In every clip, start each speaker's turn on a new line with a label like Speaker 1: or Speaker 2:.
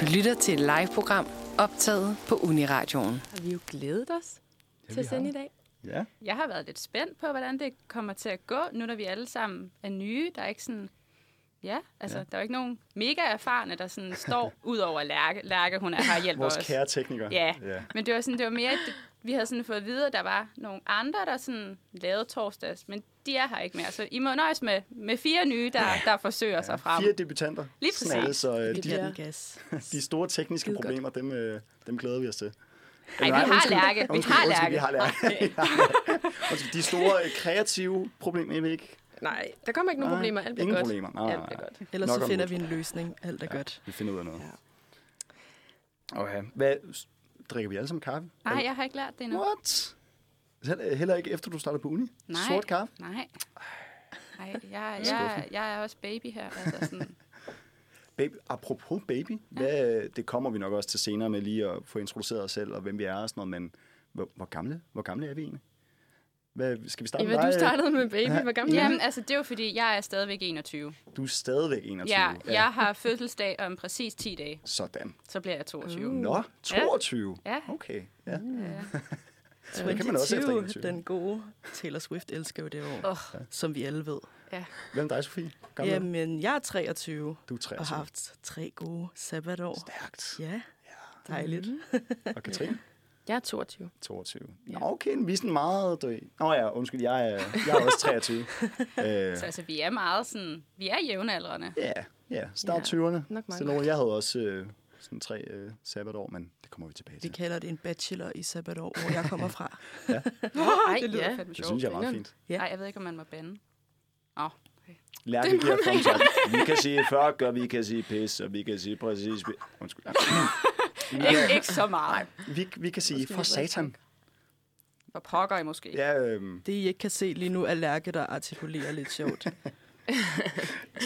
Speaker 1: Du lytter til et live-program optaget på Uniradioen.
Speaker 2: Har vi jo glædet os ja, til at sende i dag.
Speaker 3: Ja.
Speaker 4: Jeg har været lidt spændt på, hvordan det kommer til at gå, nu når vi alle sammen er nye. Der er ikke sådan... Ja, altså, ja. der er jo ikke nogen mega erfarne, der sådan står ud over Lærke. Lærke, hun er her hjælper
Speaker 3: Vores
Speaker 4: os.
Speaker 3: kære tekniker.
Speaker 4: Ja,
Speaker 3: ja.
Speaker 4: men det var, sådan, det var mere, det, vi havde sådan fået at vide, at der var nogle andre, der sådan lavede torsdags, men de er her ikke mere. Så I må nøjes med, med fire nye, der, der forsøger ja. sig frem.
Speaker 3: Fire debutanter.
Speaker 4: Lige præcis.
Speaker 3: Sådan er det, så øh,
Speaker 2: Det bliver
Speaker 3: de,
Speaker 2: den gas.
Speaker 3: de store tekniske
Speaker 2: Skide godt.
Speaker 3: problemer, dem, øh, dem glæder vi os til.
Speaker 4: Ej, vi har Lærke. Vi
Speaker 3: undskyld,
Speaker 4: har
Speaker 3: undskyld,
Speaker 4: Lærke.
Speaker 3: Vi har lærke. Vi har Lærke. undskyld, de store øh, kreative problemer, jeg ved ikke.
Speaker 2: Nej, der kommer ikke nogen
Speaker 3: Nej,
Speaker 2: problemer. Alt bliver
Speaker 3: ingen
Speaker 2: godt.
Speaker 3: problemer. Nej,
Speaker 2: Alt bliver
Speaker 3: nej,
Speaker 2: godt.
Speaker 5: Ellers
Speaker 3: Nok
Speaker 5: så
Speaker 3: om
Speaker 5: finder
Speaker 3: det.
Speaker 5: vi en løsning. Alt er godt.
Speaker 3: Vi finder ud af noget.
Speaker 2: Ja.
Speaker 3: Okay. Hvad, drikker vi alle sammen kaffe?
Speaker 4: Nej, jeg har ikke lært det endnu.
Speaker 3: What? Heller- Heller ikke efter du startede på uni?
Speaker 4: Nej.
Speaker 3: Sort kaffe?
Speaker 4: Nej. Nej, jeg, jeg, jeg, jeg er også baby her. Altså sådan,
Speaker 3: Baby, apropos baby, hvad, det kommer vi nok også til senere med lige at få introduceret os selv, og hvem vi er og sådan noget, men hvor, hvor, gamle, hvor gamle er vi egentlig? Hvad, skal vi starte
Speaker 2: Eva,
Speaker 3: med
Speaker 2: du
Speaker 3: dig?
Speaker 2: startede med baby. Hvor gammel er du?
Speaker 4: jamen, altså, det er jo fordi, jeg er stadigvæk 21.
Speaker 3: Du er stadigvæk 21.
Speaker 4: Ja, jeg har fødselsdag om præcis 10 dage,
Speaker 3: Sådan.
Speaker 4: så bliver jeg 22.
Speaker 3: Mm. Nå, 22.
Speaker 4: Ja.
Speaker 3: Okay, ja.
Speaker 5: Ja,
Speaker 3: det kan man også efter 21.
Speaker 5: Den gode Taylor Swift elsker jo det år, oh. som vi alle ved.
Speaker 4: Ja.
Speaker 3: Hvem er dig, Sofie? Gammel?
Speaker 5: Jamen, jeg er 23
Speaker 3: du er
Speaker 5: og
Speaker 3: 23.
Speaker 5: har haft tre gode sabbatår.
Speaker 3: Stærkt.
Speaker 5: Ja, dejligt.
Speaker 3: Og Katrine?
Speaker 2: Jeg er 22.
Speaker 3: 22. Nå, okay, vi er sådan meget... Du... ved- Nå ja, undskyld, jeg er, jeg er også 23. Øh,
Speaker 4: Så altså, vi er meget sådan, vi er jævnaldrende.
Speaker 3: Ja, ja. Start
Speaker 2: Ja,
Speaker 3: 20'erne.
Speaker 2: nok mig.
Speaker 3: Stille og roligt. Jeg havde også øh, sådan tre øh, sabbatår, men det kommer vi tilbage
Speaker 5: Vi
Speaker 3: til.
Speaker 5: kalder det en bachelor i sabbatår, hvor jeg kommer fra.
Speaker 2: Nej,
Speaker 4: Det lyder
Speaker 2: ja.
Speaker 4: ja. fandme
Speaker 3: Det
Speaker 4: sjovt.
Speaker 3: synes jeg er meget fint.
Speaker 5: Ja.
Speaker 4: Nej, jeg ved ikke, om man må bande. Åh, okay.
Speaker 3: Lærke
Speaker 2: Det må
Speaker 3: giver
Speaker 2: man
Speaker 3: thumbs up. Vi kan sige fuck, og vi kan sige pis, og vi kan sige præcis... vi- Undskyld.
Speaker 4: Ikke, ikke så meget.
Speaker 3: Vi, vi kan sige for satan.
Speaker 4: Hvor pokker I måske.
Speaker 3: Ja, øhm,
Speaker 5: Det, I ikke kan se lige nu, er Lærke, der artikulerer lidt sjovt.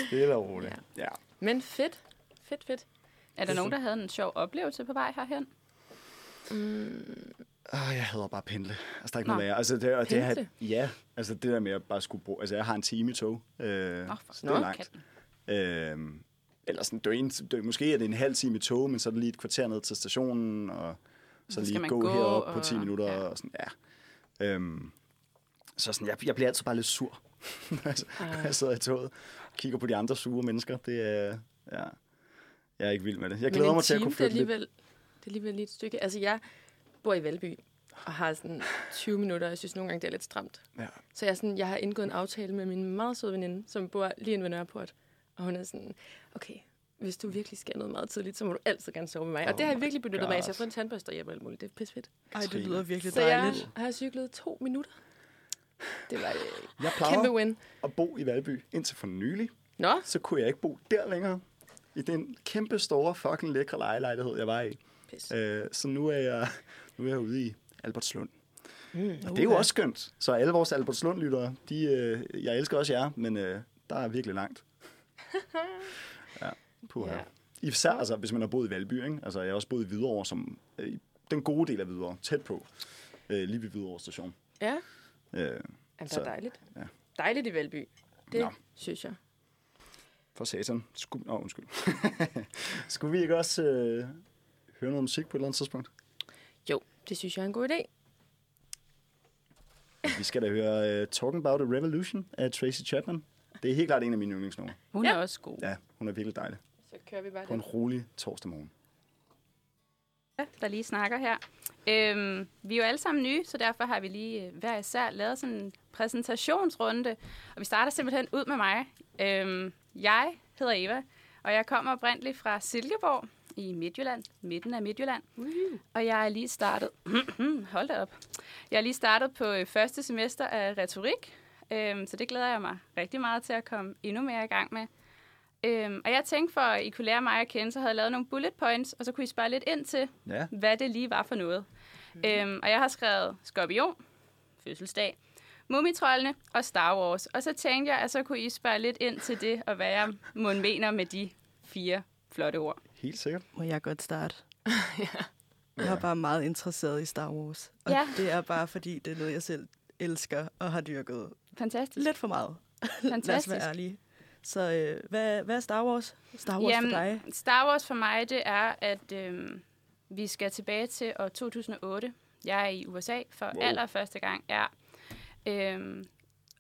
Speaker 3: stille og roligt. Ja. ja.
Speaker 2: Men fedt. Fedt, fedt.
Speaker 4: Er der nogen, der havde en sjov oplevelse på vej herhen?
Speaker 3: Oh, jeg hader bare at pendle. Altså, der er ikke
Speaker 4: Nå.
Speaker 3: noget værre. Altså, det, og det her,
Speaker 2: Pendle?
Speaker 3: ja, altså det der med at bare skulle bruge... Altså, jeg har en time i tog. Øh,
Speaker 4: for-
Speaker 3: så det er
Speaker 4: Nå,
Speaker 3: langt. Øh, eller sådan, det er en, det er, måske er det en halv time i tog, men så er det lige et kvarter ned til stationen, og så
Speaker 4: skal
Speaker 3: lige
Speaker 4: man
Speaker 3: gå,
Speaker 4: gå,
Speaker 3: herop på
Speaker 4: og-
Speaker 3: 10 minutter,
Speaker 4: ja.
Speaker 3: ja. og sådan, ja. Øhm, så sådan, jeg, jeg bliver altid bare lidt sur, når jeg- når jeg sidder i toget og kigger på de andre sure mennesker. Det er, ja, jeg er ikke vild med det. Jeg
Speaker 2: Men
Speaker 3: glæder
Speaker 2: en
Speaker 3: mig til at
Speaker 2: time,
Speaker 3: kunne
Speaker 2: det er
Speaker 3: flytte lidt.
Speaker 2: alligevel, Det er alligevel lige et stykke. Altså, jeg bor i Valby og har sådan 20 minutter, og jeg synes nogle gange, det er lidt stramt.
Speaker 3: Ja.
Speaker 2: Så jeg, er sådan, jeg har indgået en aftale med min meget søde veninde, som bor lige inde ved Nørreport. Og hun er sådan, okay, hvis du virkelig skal noget meget tidligt, så må du altid gerne sove med mig.
Speaker 3: Oh
Speaker 2: og det har jeg virkelig benyttet mig af, så jeg har fået en tandbørste hjem og alt muligt. Det er pissefedt.
Speaker 5: Ej, det lyder virkelig
Speaker 2: Så jeg
Speaker 5: dejligt.
Speaker 2: har cyklet to minutter. Det var et
Speaker 3: Jeg
Speaker 2: kæmpe
Speaker 3: plejer
Speaker 2: win.
Speaker 3: at bo i Valby indtil for nylig.
Speaker 2: Nå,
Speaker 3: så kunne jeg ikke bo der længere. I den kæmpe store fucking lækre lejelejlighed, jeg var i.
Speaker 2: pis.
Speaker 3: Øh, så nu er, jeg, nu er jeg ude i Albertslund. Mm, og det er jo også skønt. Så alle vores Albertslund-lyttere, de, øh, jeg elsker også jer, men øh, der er virkelig langt. ja, puha.
Speaker 2: Ja.
Speaker 3: Yeah. Især altså, hvis man har boet i Valby, ikke? Altså, jeg har også boet i Hvidovre, som øh, i den gode del af Hvidovre, tæt på, øh, lige ved Hvidovre station.
Speaker 2: Ja,
Speaker 3: Øh,
Speaker 2: Jamen, det
Speaker 3: Så,
Speaker 2: er dejligt.
Speaker 3: ja.
Speaker 2: Dejligt i Valby. Det
Speaker 3: Nå.
Speaker 2: synes jeg.
Speaker 3: for satan. Skulle, nå, undskyld. Skulle vi ikke også øh, høre noget musik på et eller andet tidspunkt?
Speaker 2: Jo, det synes jeg er en god idé.
Speaker 3: Vi skal da høre uh, Talking About a Revolution af Tracy Chapman. Det er helt klart en af mine yndlingsnumre.
Speaker 4: Hun ja. er også god.
Speaker 3: Ja, hun er virkelig dejlig.
Speaker 2: Så kører vi bare
Speaker 3: På en rolig torsdag morgen.
Speaker 4: der lige snakker her. Øhm, vi er jo alle sammen nye, så derfor har vi lige øh, hver især lavet sådan en præsentationsrunde. Og vi starter simpelthen ud med mig. Øhm, jeg hedder Eva, og jeg kommer oprindeligt fra Silkeborg i Midtjylland, midten af Midtjylland. Og jeg er lige startet, hold da op, jeg er lige startet på øh, første semester af retorik, øhm, så det glæder jeg mig rigtig meget til at komme endnu mere i gang med. Øhm, og jeg tænkte for, at I kunne lære mig at kende, så havde jeg lavet nogle bullet points, og så kunne I spørge lidt ind til,
Speaker 3: Ja.
Speaker 4: hvad det lige var for noget.
Speaker 5: Mhm.
Speaker 4: Mm. Øhm, og jeg har skrevet Skorpion, fødselsdag, Mumitrollene og Star Wars. Og så tænkte jeg, at så kunne I spørge lidt ind til det, og hvad jeg må mener med de fire flotte ord.
Speaker 3: Helt sikkert.
Speaker 5: Må jeg godt starte? Jeg er bare meget interesseret i Star Wars. Og
Speaker 4: Ja.
Speaker 5: det er bare, fordi det er noget, jeg selv elsker og har dyrket
Speaker 4: Fantastisk.
Speaker 5: lidt for meget. Lad os
Speaker 4: Fantastisk.
Speaker 5: være ærlige. Så øh, hvad, hvad er Star Wars? Star Wars Jamen, for dig?
Speaker 4: Star Wars for mig, det er, at øh, vi skal tilbage til år 2008. Jeg er i USA for wow. allerførste gang. Ja. Øh,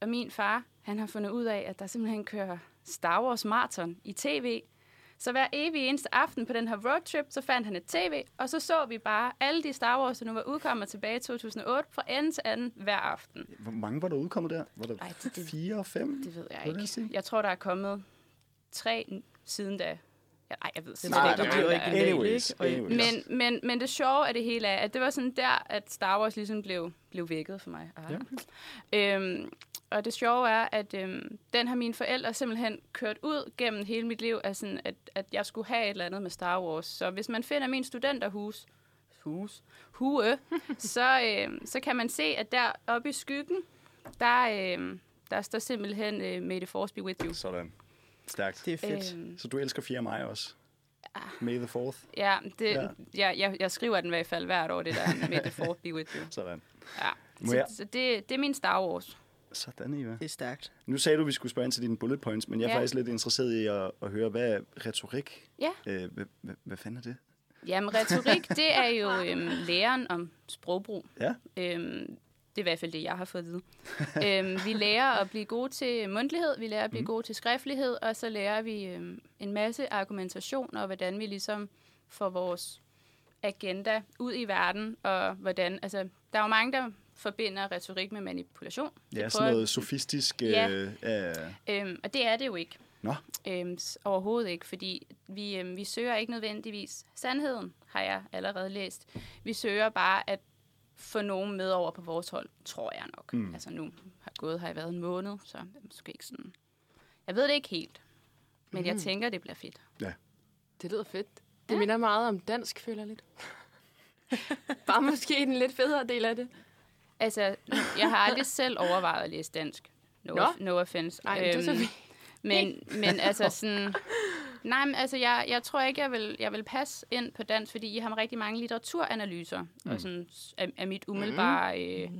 Speaker 4: og min far, han har fundet ud af, at der simpelthen kører Star Wars Marathon i tv. Så hver evig eneste aften på den her roadtrip, så fandt han et tv, og så så vi bare alle de Star Wars, der nu var udkommet tilbage i 2008, fra ende til anden hver aften.
Speaker 3: Hvor mange var der udkommet der? Var der
Speaker 4: Ej, det- det-
Speaker 3: fire og fem?
Speaker 4: Det ved jeg
Speaker 3: Hvad vil jeg
Speaker 4: ikke.
Speaker 3: sige?
Speaker 4: Jeg tror, der er kommet tre n- siden da. Ja, Ej, jeg ved
Speaker 5: Den
Speaker 4: simpelthen
Speaker 5: er
Speaker 3: Nej,
Speaker 4: ikke,
Speaker 5: det
Speaker 4: hvor
Speaker 3: nej,
Speaker 5: bliver
Speaker 4: mange
Speaker 3: nej.
Speaker 4: der er.
Speaker 5: original,
Speaker 3: Anyways,
Speaker 5: ikke? Og-
Speaker 3: anyways.
Speaker 4: Men, men, men det sjove af det hele er, at det var sådan der, at Star Wars ligesom blev, blev vækket for mig. Ah. Ja. Øhm, og det sjove er, at øhm, den har mine forældre simpelthen kørt ud gennem hele mit liv, af sådan, at, at jeg skulle have et eller andet med Star Wars. Så hvis man finder min studenterhus, hus, hue, så, øhm, så kan man se, at der oppe i skyggen, der, øhm, der står simpelthen øh, May the Force be with you.
Speaker 3: Sådan. Stærkt.
Speaker 5: Det er fedt. Øh.
Speaker 4: Øhm,
Speaker 3: Så du elsker 4. maj også?
Speaker 4: Ah.
Speaker 3: May the 4th?
Speaker 4: ja, det,
Speaker 3: Ja.
Speaker 4: ja. Jeg, jeg, jeg skriver den i hvert fald hvert år, det der May the Force be with you.
Speaker 3: Sådan.
Speaker 4: Ja,
Speaker 3: Må
Speaker 4: så,
Speaker 3: jeg-
Speaker 4: så det, det er min Star Wars.
Speaker 3: Sådan, Eva.
Speaker 5: Det er stærkt.
Speaker 3: Nu sagde du, at vi skulle spørge ind til dine bullet points, men jeg er
Speaker 4: Ja.
Speaker 3: faktisk lidt interesseret i at, at høre, hvad er retorik?
Speaker 4: Ja.
Speaker 3: Øh, hvad, hvad, hvad fanden er det?
Speaker 4: Jamen, retorik, det er jo øhm, læren om sprogbrug.
Speaker 3: Ja.
Speaker 4: Øhm, det er i hvert fald det, jeg har fået at vide. øhm, vi lærer at blive gode til mundtlighed, vi lærer at blive mm. gode til skriftlighed, og så lærer vi øhm, en masse argumentation og hvordan vi ligesom får vores agenda ud i verden, og hvordan, altså, der er jo mange, der forbinder retorik med manipulation. Det
Speaker 3: Ja,
Speaker 4: prøver-
Speaker 3: sådan noget sofistisk...
Speaker 4: Ja.
Speaker 3: Øh, øh,
Speaker 4: Øhm, og det er det jo ikke.
Speaker 3: Nå.
Speaker 4: Øhm, s- overhovedet ikke, fordi vi, øhm, vi søger ikke nødvendigvis sandheden, har jeg allerede læst. Vi søger bare at få nogen med over på vores hold, tror jeg nok. Mm. Altså nu har gået har jeg været en måned, så det er måske ikke sådan... Jeg ved det ikke helt, men mm. jeg tænker, det bliver fedt.
Speaker 2: Det lyder fedt. Det ja. minder meget om dansk, føler jeg lidt. Bare måske den lidt federe del af det.
Speaker 4: Altså, jeg har aldrig selv overvejet at læse dansk. No,
Speaker 2: Nå.
Speaker 4: no offense.
Speaker 2: Nej, øhm, det er så fint.
Speaker 4: Men, men altså sådan... Nej, men altså, jeg, jeg tror ikke, jeg vil, jeg vil passe ind på dansk, fordi I har rigtig mange litteraturanalyser, mm. og sådan er, er mit umiddelbare øh,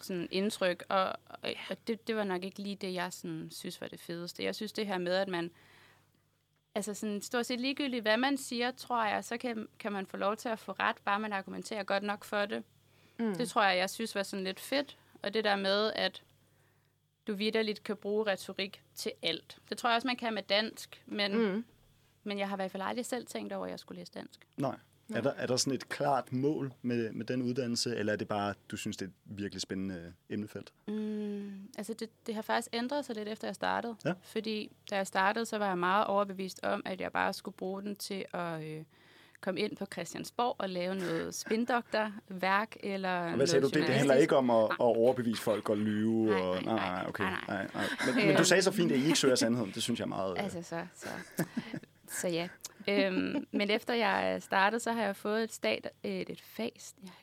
Speaker 4: sådan indtryk, og, og, og det, det var nok ikke lige det, jeg sådan, synes var det fedeste. Jeg synes det her med, at man, altså sådan stort set ligegyldigt, hvad man siger, tror jeg, så kan, kan man få lov til at få ret, bare man argumenterer godt nok for det. Mm. Det tror jeg, jeg synes var sådan lidt fedt, og det der med, at du vidderligt kan bruge retorik til alt. Det tror jeg også, man kan med dansk, men, mm. men jeg har i hvert fald aldrig selv tænkt over, at jeg skulle læse dansk.
Speaker 3: nej. Er der, er der sådan et klart mål med, med den uddannelse, eller er det bare, du synes, det er et virkelig spændende øh, emnefelt?
Speaker 4: Mm, altså, det, det har faktisk ændret sig lidt, efter jeg startede.
Speaker 3: Ja.
Speaker 4: Fordi da jeg startede, så var jeg meget overbevist om, at jeg bare skulle bruge den til at øh, komme ind på Christiansborg og lave noget spindokterværk eller
Speaker 3: Og hvad sagde du?
Speaker 4: noget
Speaker 3: Det, det handler
Speaker 4: journalistisk.
Speaker 3: ikke om at, at overbevise folk og lyve?
Speaker 4: Nej,
Speaker 3: og,
Speaker 4: nej, nej,
Speaker 3: okay.
Speaker 4: nej, nej. Øh.
Speaker 3: nej, nej. Men, men du sagde så fint, at I ikke søger sandheden. Det synes jeg er meget... Øh,
Speaker 4: Altså, så, så, så ja. Øhm, men efter jeg startede, så har jeg fået et stat, øh, et, et fag. Jeg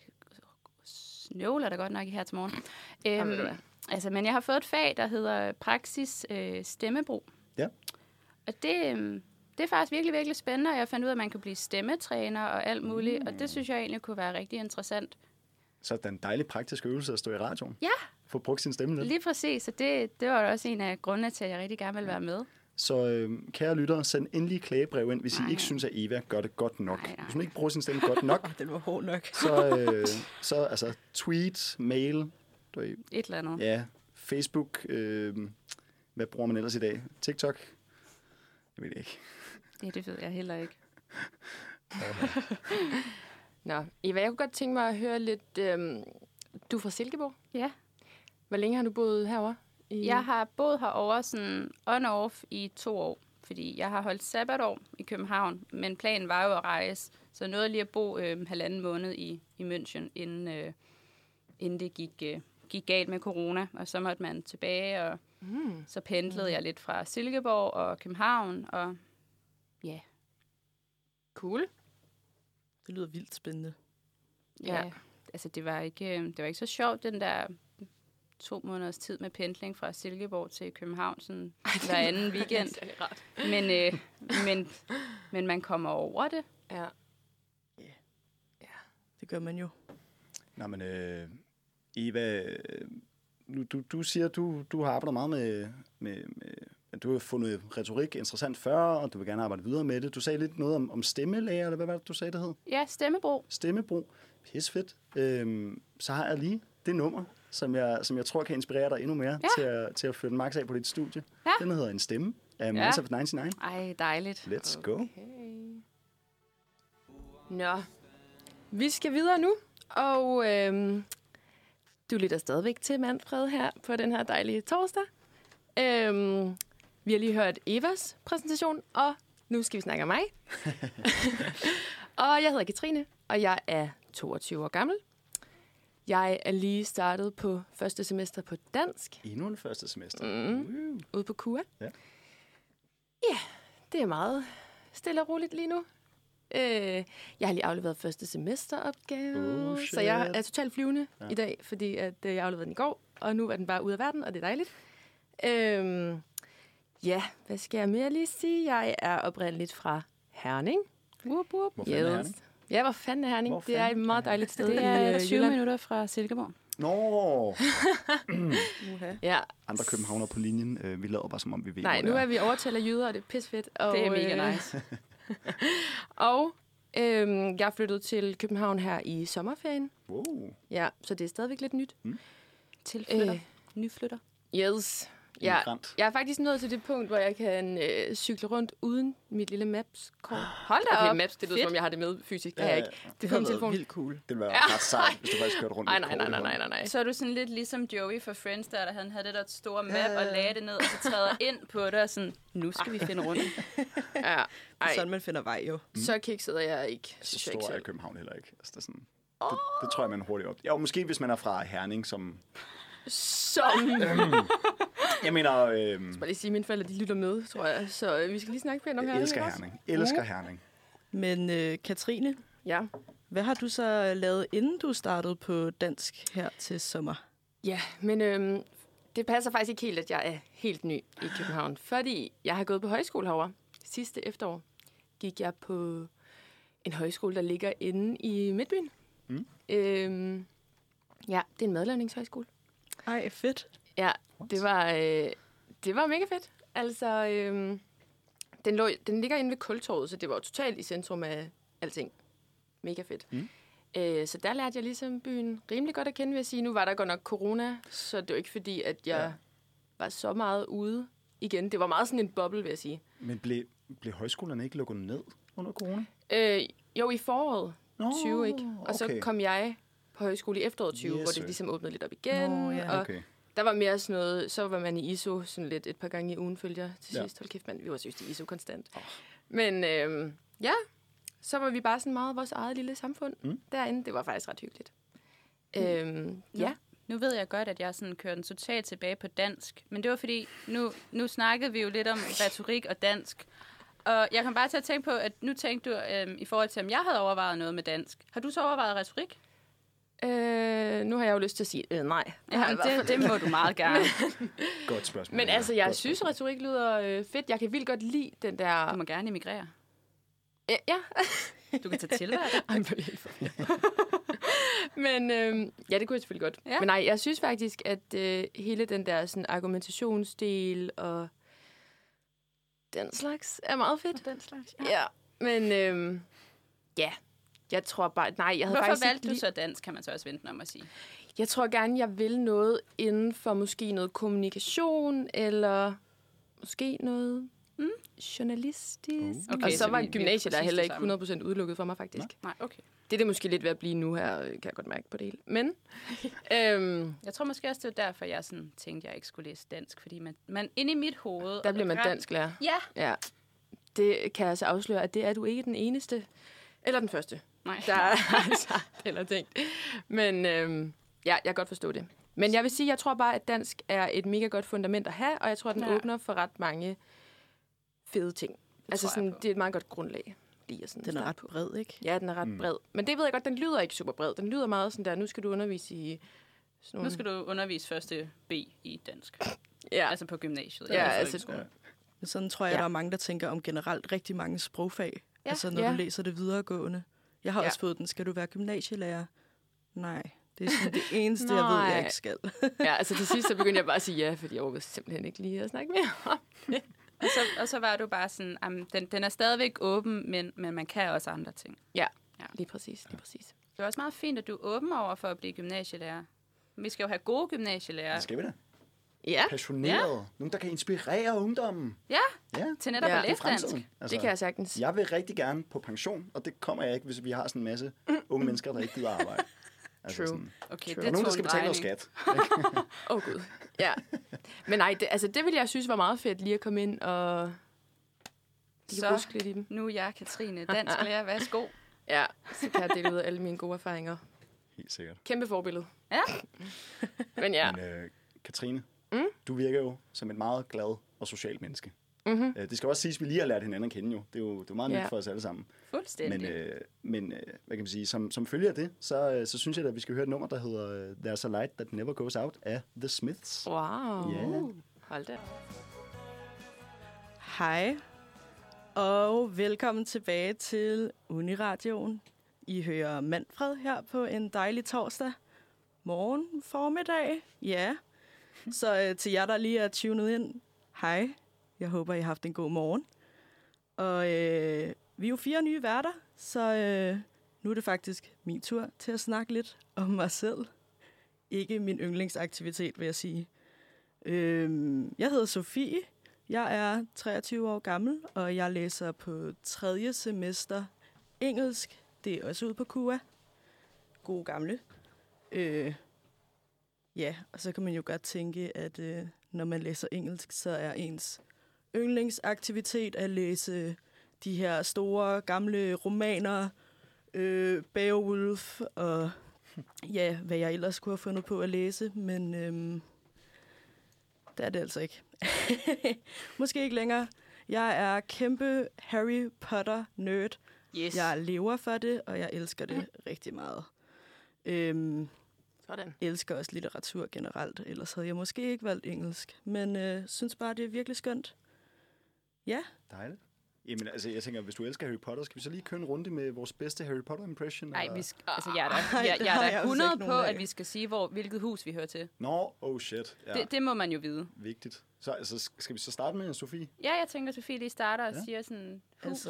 Speaker 4: snøvler der godt nok her til morgen.
Speaker 2: ved du
Speaker 4: Øhm,
Speaker 2: hvad?
Speaker 4: altså, men jeg har fået et fag, der hedder praksis øh, stemmebrug.
Speaker 3: Ja.
Speaker 4: Og det, øhm, det er faktisk virkelig, virkelig spændende, og jeg fandt ud af, at man kan blive stemmetræner og alt muligt, mm. og det synes jeg egentlig kunne være rigtig interessant.
Speaker 3: Så er det en dejlig praktisk øvelse at stå i radioen.
Speaker 4: Ja,
Speaker 3: Få brugt sin stemme lidt.
Speaker 4: lige præcis, og det, det var da også en af grundene til, at jeg rigtig gerne ville være med.
Speaker 3: Så øh, kære lyttere, send endelig klagebrev ind, hvis I
Speaker 4: Nej.
Speaker 3: ikke synes, at Eva gør det godt nok.
Speaker 4: Nej, nej.
Speaker 3: Hvis hun ikke bruger sin stemme godt nok,
Speaker 5: Ah, Den var hård nok.
Speaker 3: så, øh, så altså, tweet, mail, du, ved,
Speaker 4: Et eller andet.
Speaker 3: ja, Facebook, øh, hvad bruger man ellers i dag? TikTok? Jeg ved det ikke.
Speaker 4: Ja, det ved jeg heller ikke.
Speaker 2: Nå, Eva, jeg kunne godt tænke mig at høre lidt... Øhm, du er fra Silkeborg.
Speaker 4: Ja.
Speaker 2: Hvor længe har du boet herovre? I...
Speaker 4: Jeg har boet herovre sådan on-off i to år, fordi jeg har holdt sabbatår i København, men planen var jo at rejse, så jeg nåede lige at bo øh, halvanden måned i, i München, inden, øh, inden det gik, øh, gik galt med corona, og så måtte man tilbage, og mm. så pendlede mm. jeg lidt fra Silkeborg og København, og ja,
Speaker 2: Cool.
Speaker 5: Det lyder vildt spændende.
Speaker 4: ja.
Speaker 2: Ja.
Speaker 4: ja. altså det var, ikke, øh, det var ikke så sjovt, den der to måneders tid med pendling fra Silkeborg til København sådan hver anden weekend.
Speaker 2: Det er rart.
Speaker 4: Men, øh, men, men man kommer over det.
Speaker 2: Ja.
Speaker 5: Det gør man jo.
Speaker 3: Nå, men øh, Eva, øh, nu, du, du siger, du, du har arbejdet meget med, med, med du har fundet retorik interessant før, og du vil gerne arbejde videre med det. Du sagde lidt noget om, om stemmelæger, eller hvad var det, du sagde, det hed?
Speaker 4: Ja, stemmebrug.
Speaker 3: Stemmebrug. Pissefedt. Øhm, så har jeg lige det nummer, som jeg, som jeg tror kan inspirere dig endnu mere ja.
Speaker 4: Ja.
Speaker 3: til, at, til at flytte max af på dit studie.
Speaker 4: Ja.
Speaker 3: Den hedder En Stemme af Minds of 99.
Speaker 4: Ej, dejligt.
Speaker 3: Let's go.
Speaker 2: Okay. Nå, vi skal videre nu, og øhm, du lytter stadigvæk til Manfred her på den her dejlige torsdag. Øhm, vi har lige hørt Evas præsentation, og nu skal vi snakke om mig. og jeg hedder Katrine, og jeg er 22 år gammel. Jeg er lige startet på første semester på dansk
Speaker 3: Endnu en første semester. Mm. Uh.
Speaker 2: ude på KUA.
Speaker 3: Ja.
Speaker 2: ja, det er meget stille og roligt lige nu. Øh, jeg har lige afleveret første semesteropgave,
Speaker 3: Oh,
Speaker 2: så jeg
Speaker 3: shit.
Speaker 2: er totalt flyvende ja. i dag, fordi at, øh, jeg afleverede den i går, og nu er den bare ude af verden, og det er dejligt. Øh, ja, hvad skal jeg mere lige sige? Jeg er oprindeligt fra Herning.
Speaker 4: Wup, wup.
Speaker 3: Hvor fanden er Herning?
Speaker 2: Ja, hvor fanden er Herning?
Speaker 3: Hvor
Speaker 2: det er et
Speaker 3: fanden
Speaker 2: meget dejligt sted
Speaker 4: Det
Speaker 2: i
Speaker 4: er
Speaker 2: øh,
Speaker 4: 20
Speaker 2: Jylland.
Speaker 4: minutter fra Silkeborg.
Speaker 3: Nå!
Speaker 2: Ja.
Speaker 3: Andre københavner på linjen, øh, vi lader bare som om, vi ved,
Speaker 2: Nej,
Speaker 3: hvor
Speaker 2: nu
Speaker 3: det
Speaker 2: er vi overtalt af jyder, og det er pissfedt. Og,
Speaker 4: Det er
Speaker 2: øh,
Speaker 4: mega nice.
Speaker 2: Og øhm, jeg flyttede til København her i sommerferien.
Speaker 3: Wow.
Speaker 2: Ja, så det er stadigvæk lidt nyt.
Speaker 4: Tilflytter.
Speaker 2: Øh.
Speaker 4: Nyflytter.
Speaker 2: Yes. Ja,
Speaker 3: Immigrant.
Speaker 2: jeg er faktisk nået til det punkt, hvor jeg kan øh, cykle rundt uden mit lille Maps-kort.
Speaker 4: Hold da
Speaker 2: Okay,
Speaker 4: op.
Speaker 2: Maps, det lyder
Speaker 4: Fedt.
Speaker 2: som om, jeg har det med fysisk. Det
Speaker 3: Ja,
Speaker 2: har jeg
Speaker 3: ja,
Speaker 2: ikke.
Speaker 3: ja.
Speaker 2: Det er på min telefon.
Speaker 5: vildt cool.
Speaker 3: Det var ret sejt, hvis du faktisk kørte rundt
Speaker 2: Ej,
Speaker 3: med et
Speaker 2: nej,
Speaker 3: kort
Speaker 2: nej,
Speaker 3: i
Speaker 2: nej,
Speaker 3: hånden.
Speaker 2: nej, nej.
Speaker 4: Så er du sådan lidt ligesom Joey fra Friends, der, der han havde det der store map
Speaker 5: Ja.
Speaker 4: og lagde det ned, og så træder ind på det og sådan, nu skal vi finde rundt.
Speaker 2: Ja,
Speaker 5: Det er
Speaker 2: ej,
Speaker 5: sådan, man finder vej jo.
Speaker 2: Mm. så kikset er jeg ikke.
Speaker 3: Så
Speaker 2: synes jeg ikke
Speaker 3: stor er
Speaker 2: selv.
Speaker 3: København heller ikke. Altså, det, er sådan, det, det tror jeg, man hurtigt op. Jo, måske hvis man er fra Herning, som... Øhm.
Speaker 2: Som...
Speaker 3: Jeg mener, øh,
Speaker 2: Bare lige sige, at mine forældre de lytter med, tror jeg. Så øh, vi skal lige snakke pænt om
Speaker 3: jeg
Speaker 2: Herning,
Speaker 3: elsker
Speaker 2: ikke også?
Speaker 3: Herning. Elsker Herning.
Speaker 5: Men øh, Katrine,
Speaker 2: Ja.
Speaker 5: hvad har du så lavet, inden du startede på dansk her til sommer?
Speaker 2: Ja, men øhm, det passer faktisk ikke helt, at jeg er helt ny i København, fordi jeg har gået på højskole herovre. Sidste efterår gik jeg på en højskole, der ligger inde i Midtbyen. Mm. Øhm, ja, det er en madlavningshøjskole.
Speaker 5: Ej, fedt.
Speaker 2: Ja, det var, øh, det var mega fedt. Altså, øhm, den, lå, den ligger inde ved Kultorvet, så det var jo totalt i centrum af alting. Mega fedt. Mm. Øh, så der lærte jeg ligesom byen rimelig godt at kende, vil jeg sige. Nu var der godt nok corona, så det var ikke fordi, at jeg ja. var så meget ude igen. Det var meget sådan en boble, vil jeg sige.
Speaker 3: Men blev, blev højskolerne ikke lukket ned under corona?
Speaker 2: Øh, jo, i foråret
Speaker 3: Nå,
Speaker 2: 20, ikke? Og så
Speaker 3: okay.
Speaker 2: kom jeg på højskole i efteråret 20, hvor det
Speaker 3: Yes.
Speaker 2: ligesom åbnede lidt op igen.
Speaker 5: Nå, ja.
Speaker 2: og
Speaker 3: Okay.
Speaker 2: Der var mere sådan noget, så var man i ISO sådan lidt et par gange i ugen, følger jeg til
Speaker 3: Ja.
Speaker 2: sidst. Hold kæft, mand, vi var seriøst i ISO konstant. Oh. Men øhm, ja, så var vi bare sådan meget vores eget lille samfund mm. derinde. Det var faktisk ret hyggeligt. Mm. Øhm, ja.
Speaker 4: Nu ved jeg godt, at jeg sådan kører den totalt tilbage på dansk, men det var fordi, nu, nu snakkede vi jo lidt om retorik og dansk, og jeg kom bare til at tænke på, at nu tænkte du, øhm, i forhold til, om jeg havde overvejet noget med dansk. Har du så overvejet retorik?
Speaker 2: Øh, nu har jeg jo lyst til at sige, øh, nej.
Speaker 4: Ja, det, det må du meget gerne.
Speaker 3: Godt spørgsmål.
Speaker 2: Men
Speaker 3: Eva.
Speaker 2: altså, jeg
Speaker 3: Godt
Speaker 2: synes, retorik lyder øh, fedt. Jeg kan vildt godt lide den der...
Speaker 4: Du må gerne emigrere.
Speaker 2: Ja, Øh, ja.
Speaker 4: Du kan tage til dig.
Speaker 2: Ej, jeg blev helt forvirret. Men øhm, ja, det kunne jeg selvfølgelig godt. Ja.
Speaker 4: Ja.
Speaker 2: Men nej, jeg synes faktisk, at øh, hele den der sådan, argumentationsdel og den slags er meget fedt.
Speaker 4: Den slags.
Speaker 2: Ja, ja. men øhm, ja, jeg tror bare... Nej, jeg havde faktisk
Speaker 4: Hvorfor
Speaker 2: ikke
Speaker 4: valgte du
Speaker 2: lige-
Speaker 4: så dansk, kan man så også vente om at sige.
Speaker 2: Jeg tror gerne, jeg vil noget inden for måske noget kommunikation, eller måske noget mm, journalistisk.
Speaker 4: Uh.
Speaker 2: Okay,
Speaker 4: Okay,
Speaker 2: og så,
Speaker 4: så
Speaker 2: var
Speaker 4: vi- vi er
Speaker 2: gymnasiet der
Speaker 4: præcis
Speaker 2: heller
Speaker 4: det
Speaker 2: ikke
Speaker 4: samme.
Speaker 2: 100% udelukket for mig, faktisk.
Speaker 4: Nej, okay.
Speaker 2: Det er det måske lidt ved at blive nu her, øh, kan jeg godt mærke på det hele. Men øhm,
Speaker 4: Jeg tror måske også, det var derfor, jeg sådan tænkte, jeg ikke skulle læse dansk, fordi man, man inde i mit hoved...
Speaker 2: der bliver man
Speaker 4: Ret-
Speaker 2: dansklærer.
Speaker 4: Ja.
Speaker 2: Ja. Det kan jeg altså afsløre, at det er du ikke den eneste. Eller den første,
Speaker 4: Nej.
Speaker 2: der har sagt eller tænkt. Men øhm, ja, jeg kan godt forstå det. Men jeg vil sige, jeg tror bare, at dansk er et mega godt fundament at have, og jeg tror, at den ja.
Speaker 4: Ja.
Speaker 2: åbner for ret mange fede ting. Det altså
Speaker 4: tror jeg
Speaker 2: sådan,
Speaker 4: på.
Speaker 2: det er et meget godt grundlag. Lige at sådan
Speaker 5: Den er
Speaker 2: starte
Speaker 5: ret bred, ikke?
Speaker 2: Ja, den er ret mm. bred. Men det ved jeg godt, den lyder ikke super bred. Den lyder meget sådan der, nu skal du undervise i sådan nogle...
Speaker 4: Nu skal du undervise første B i dansk.
Speaker 2: ja.
Speaker 4: Altså på gymnasiet.
Speaker 2: Ja,
Speaker 4: eller på
Speaker 2: altså-
Speaker 4: folkeskolen.
Speaker 5: Men Sådan tror jeg,
Speaker 2: Ja.
Speaker 5: ja. der er mange, der tænker om generelt rigtig mange sprogfag. Ja. Altså når
Speaker 2: Ja.
Speaker 5: ja. du læser det videregående. Jeg har
Speaker 2: Ja.
Speaker 5: ja. også fået den, skal du være gymnasielærer? Nej, Det er sådan det eneste, jeg ved, jeg
Speaker 2: Nej.
Speaker 5: ikke skal.
Speaker 2: Ja, altså til sidst så begyndte jeg bare at sige ja, fordi jeg overgår simpelthen ikke lige at snakke mere om det.
Speaker 4: Og så, og så var du bare sådan, jamen, den, den er stadigvæk åben, men, men man kan også andre ting.
Speaker 2: Ja,
Speaker 4: Ja.
Speaker 2: lige præcis, lige præcis.
Speaker 4: Det er også meget fint, at du er åben over for at blive gymnasielærer. Vi skal jo have gode gymnasielærer.
Speaker 3: Det skal vi da.
Speaker 2: Ja,
Speaker 3: Passioneret. Ja. Nogen, der kan inspirere ungdommen.
Speaker 4: Ja,
Speaker 3: Ja,
Speaker 4: til netop
Speaker 2: Ja.
Speaker 4: at
Speaker 3: det er
Speaker 4: læse dansk.
Speaker 3: fremtiden.
Speaker 2: altså, det kan jeg sagtens.
Speaker 3: Jeg vil rigtig gerne på pension, og det kommer jeg ikke, hvis vi har sådan en masse unge mennesker, der ikke gider at arbejde. Altså
Speaker 2: True.
Speaker 3: Sådan,
Speaker 4: Okay,
Speaker 3: der er nogen, der
Speaker 4: tog
Speaker 3: skal
Speaker 4: en
Speaker 3: betale noget
Speaker 4: drejning.
Speaker 3: skat.
Speaker 2: Åh oh, gud. Ja. Men nej, det, altså, det ville jeg synes var meget fedt lige at komme ind og lige
Speaker 4: Så.
Speaker 2: ruske lidt i dem.
Speaker 4: Nu er jeg Katrine, dansk lærer. Værsgo.
Speaker 2: Ja, så kan jeg dele ud af alle mine gode erfaringer.
Speaker 3: Helt sikkert.
Speaker 2: Kæmpe forbillede.
Speaker 4: Ja.
Speaker 2: Men ja,
Speaker 3: Men øh, Katrine, mm? du virker jo som et meget glad og socialt menneske.
Speaker 2: Mhm.
Speaker 3: Øh, det skal også siges, at vi lige har lært hinanden at kende jo. Det er jo det er meget nyt
Speaker 2: Ja.
Speaker 3: for os alle sammen.
Speaker 4: Fuldstændig.
Speaker 3: Men, øh, men øh, hvad kan man sige, som, som følger det, så, øh, så synes jeg, at vi skal høre et nummer, der hedder øh, There's a Light That Never Goes Out af The Smiths.
Speaker 2: wow.
Speaker 3: Ja.
Speaker 2: Hold da.
Speaker 5: Hej, og velkommen tilbage til Uniradioen. I hører Manfred her på en dejlig torsdag morgen formiddag. Ja, så øh, til jer, der lige er tunet ind, hej. Jeg håber, I har haft en god morgen. Og øh, vi er jo fire nye værter, så øh, nu er det faktisk min tur til at snakke lidt om mig selv. Ikke min yndlingsaktivitet, vil jeg sige. Øh, jeg hedder Sofie, jeg er 23 år gammel, og jeg læser på tredje semester engelsk. Det er også ude på KUA. Gode gamle. Øh, ja, og så kan man jo godt tænke, at øh, når man læser engelsk, så er ens yndlingsaktivitet at læse de her store gamle romaner, øh, Beowulf og ja, hvad jeg ellers kunne have fundet på at læse, men øhm, det er det altså ikke. Måske ikke længere. Jeg er kæmpe Harry Potter-nerd.
Speaker 4: Yes.
Speaker 5: Jeg lever for det, og jeg elsker det rigtig meget. Øhm,
Speaker 2: Sådan.
Speaker 5: elsker også litteratur generelt, ellers havde jeg måske ikke valgt engelsk. Men øh, synes bare, det er virkelig skønt. Ja,
Speaker 3: Dejligt. Jamen, altså, jeg tænker, hvis du elsker Harry Potter, skal vi så lige køre en runde med vores bedste Harry Potter impression?
Speaker 4: Nej,
Speaker 3: eller?
Speaker 4: vi sk- altså, jeg er da,
Speaker 5: Ej,
Speaker 4: jeg,
Speaker 5: det
Speaker 4: jeg
Speaker 5: har
Speaker 4: er
Speaker 5: jeg
Speaker 4: da
Speaker 5: altså
Speaker 4: 100
Speaker 5: ikke
Speaker 4: på,
Speaker 5: nogen af.
Speaker 4: at vi skal sige, hvor, hvilket hus vi hører til.
Speaker 3: Nå, oh shit. Ja,
Speaker 4: Det, det må man jo vide.
Speaker 3: vigtigt. Så altså, skal vi så starte med Sofie?
Speaker 4: Ja, jeg tænker, Sofie lige starter og
Speaker 3: Ja.
Speaker 4: ja. siger sådan, hus.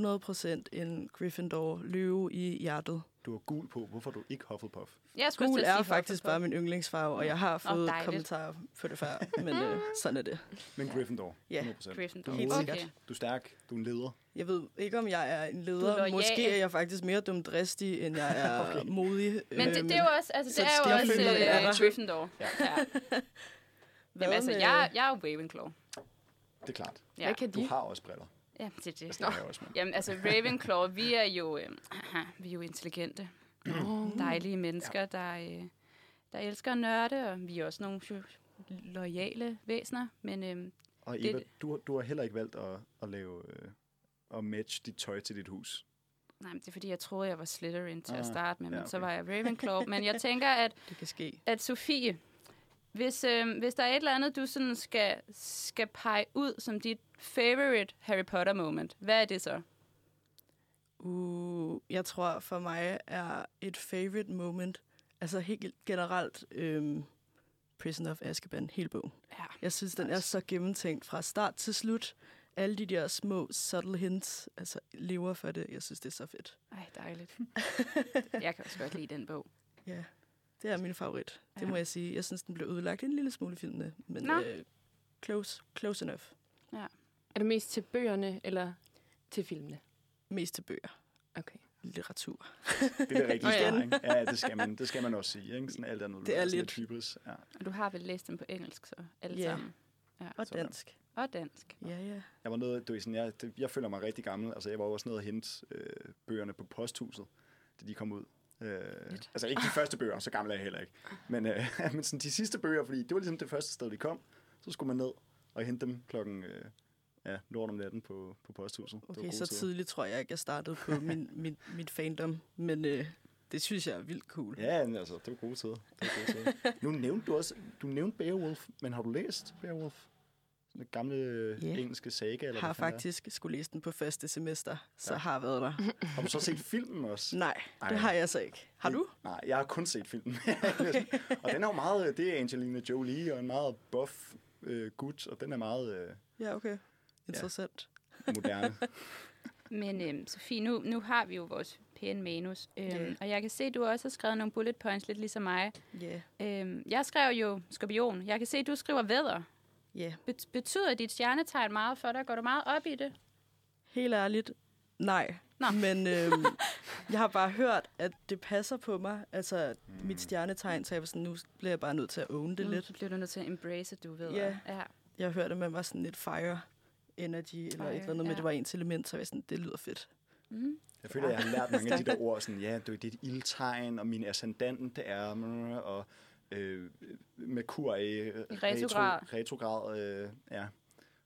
Speaker 5: altså 100% en Gryffindor løve i hjertet.
Speaker 3: Du har gul på. Hvorfor er du ikke Hufflepuff?
Speaker 4: jeg skulle
Speaker 5: Gul
Speaker 4: også til at
Speaker 5: er
Speaker 4: sige
Speaker 5: faktisk
Speaker 4: Hufflepuff.
Speaker 5: bare min yndlingsfarve, og jeg har fået
Speaker 4: dejligt.
Speaker 5: kommentarer på det før, men øh, sådan er det.
Speaker 3: Men Gryffindor.
Speaker 5: Ja,
Speaker 3: 100%. Du
Speaker 4: Gryffindor.
Speaker 3: er
Speaker 5: Helt
Speaker 3: modig.
Speaker 5: sikkert.
Speaker 4: Okay.
Speaker 3: Du er stærk. Du er en leder.
Speaker 5: Jeg ved ikke, om jeg er en
Speaker 4: Du er
Speaker 5: leder.
Speaker 4: loyal.
Speaker 5: Måske er jeg faktisk mere dumdristig, end jeg er okay. modig. øh,
Speaker 4: Men det, det er jo også, altså,
Speaker 5: så
Speaker 4: det er jo også
Speaker 5: stigerfølger
Speaker 4: øh,
Speaker 5: er der.
Speaker 4: Gryffindor. Ja.
Speaker 5: Hvad
Speaker 4: Jamen, altså,
Speaker 5: med-
Speaker 4: jeg, jeg er jo Ravenclaw.
Speaker 3: Det er klart.
Speaker 4: Ja.
Speaker 2: Hvad kan
Speaker 3: Du
Speaker 2: de?
Speaker 3: har også briller.
Speaker 4: Ja, det er det.
Speaker 3: Det har jeg også med.
Speaker 4: Jamen, altså, Ravenclaw, vi er jo, øh, vi er jo intelligente. Dejlige mennesker, der, øh, der elsker at nørde, og vi er også nogle jo- loyale væsener, men øh,
Speaker 3: Og
Speaker 4: Det-
Speaker 3: Eva, du, du har heller ikke valgt at, at lave... Øh, at matche dit tøj til dit hus.
Speaker 4: nej, men det er fordi, jeg troede, jeg var Slytherin til
Speaker 3: Ah,
Speaker 4: at starte med, men
Speaker 3: ja,
Speaker 4: ja, okay. så
Speaker 3: okay.
Speaker 4: var jeg Ravenclaw. Men jeg tænker, at
Speaker 5: Det kan ske.
Speaker 4: at Sofie, hvis, øh, hvis der er et eller andet, du sådan skal, skal pege ud som dit favorite Harry Potter moment, hvad er det så?
Speaker 5: Uh, jeg tror for mig er et favorite moment, altså helt generelt, øhm, Prison of Azkaban, hele bogen.
Speaker 4: Ja.
Speaker 5: Jeg synes, den er så gennemtænkt fra start til slut. Alle de der små subtle hints, altså lever for det. Jeg synes, det er så fedt.
Speaker 4: Ej, dejligt. jeg kan også godt lide den bog.
Speaker 5: Ja, det er min favorit. Det
Speaker 4: Ja.
Speaker 5: må jeg sige. Jeg synes, den blev ødelagt en lille smule i filmene, men
Speaker 4: Nå.
Speaker 5: øh, close, close enough.
Speaker 2: Er det mest til bøgerne eller til filmene?
Speaker 5: Mest til bøger.
Speaker 2: Okay.
Speaker 5: Litteratur.
Speaker 3: Det er det rigtige
Speaker 5: Nå ja.
Speaker 3: svar, ikke? Ja, det skal man, det skal man også sige. Ikke? Sådan alt andet. vil
Speaker 5: Det er
Speaker 3: være sådan
Speaker 5: lidt.
Speaker 3: Hybris. Ja.
Speaker 4: Og du har vel læst den på engelsk så, alle
Speaker 5: Ja.
Speaker 4: yeah. sammen.
Speaker 5: Og
Speaker 3: Sådan.
Speaker 5: dansk.
Speaker 4: Og dansk.
Speaker 5: Ja, ja.
Speaker 3: Jeg var noget, du ved, sådan, jeg, det, jeg føler mig rigtig gammel. Altså, jeg var jo også nede og hente øh, bøgerne på posthuset, da de kom ud. Øh, altså ikke de første bøger, så gammel er jeg heller ikke. Men, øh, men sådan de sidste bøger, fordi det var ligesom det første sted, de kom. Så skulle man ned og hente dem klokken øh, ja, lort om natten på, på posthuset. Det var
Speaker 5: Okay,
Speaker 3: gode
Speaker 5: så
Speaker 3: tider.
Speaker 5: tidligt tror jeg ikke, jeg startede på min, min, mit fandom, men øh, det synes jeg er vildt cool.
Speaker 3: Ja, men altså, det var gode tider. Det var gode tider. nu nævnte du også, du nævnte Beowulf, men har du læst Beowulf? Sådan gamle
Speaker 5: Ja.
Speaker 3: yeah. engelske saga? Eller
Speaker 5: har
Speaker 3: hvad fanden det
Speaker 5: faktisk skulle læse den på første semester, så
Speaker 3: Ja.
Speaker 5: har været der.
Speaker 3: er? Har du så set filmen også?
Speaker 5: Nej, Ej.
Speaker 3: Ej.
Speaker 5: det har jeg så ikke. Har du?
Speaker 3: Nej, jeg har kun set filmen. og den er jo meget, øh, det er Angelina Jolie, og en meget buff øh, gut, og den er meget øh,
Speaker 5: Ja, okay. Interessant.
Speaker 3: moderne.
Speaker 4: Men øhm, Sofie, nu, nu har vi jo vores pæne manus, øhm,
Speaker 5: Ja.
Speaker 4: og jeg kan se, at du også har skrevet nogle bullet points, lidt ligesom mig.
Speaker 5: Ja.
Speaker 4: Øhm, jeg skrev jo skorpion. Jeg kan se, at du skriver vædder.
Speaker 5: Ja.
Speaker 4: Bet- betyder dit stjernetegn meget for dig? Går du meget op i det?
Speaker 5: Helt ærligt, nej.
Speaker 4: Nå.
Speaker 5: Men øhm, jeg har bare hørt, at det passer på mig. Altså, mm. mit stjernetegn, så jeg var sådan, nu bliver jeg bare nødt til at own det mm. lidt.
Speaker 4: Nu bliver du nødt til at embrace, at du ved.
Speaker 5: Ja.
Speaker 4: ja.
Speaker 5: Jeg hørte, at man var sådan lidt fire energy, eller
Speaker 4: Fire,
Speaker 5: et eller andet, men
Speaker 4: ja.
Speaker 5: det var ens element, så jeg var sådan, det lyder fedt.
Speaker 4: Mm.
Speaker 3: Jeg føler, jeg har lært mange af de der ord, sådan, ja, du er dit ildtegn, og min ascendant, det er, mm, og øh, Merkur i
Speaker 4: retrograd.
Speaker 3: retrograd øh, ja.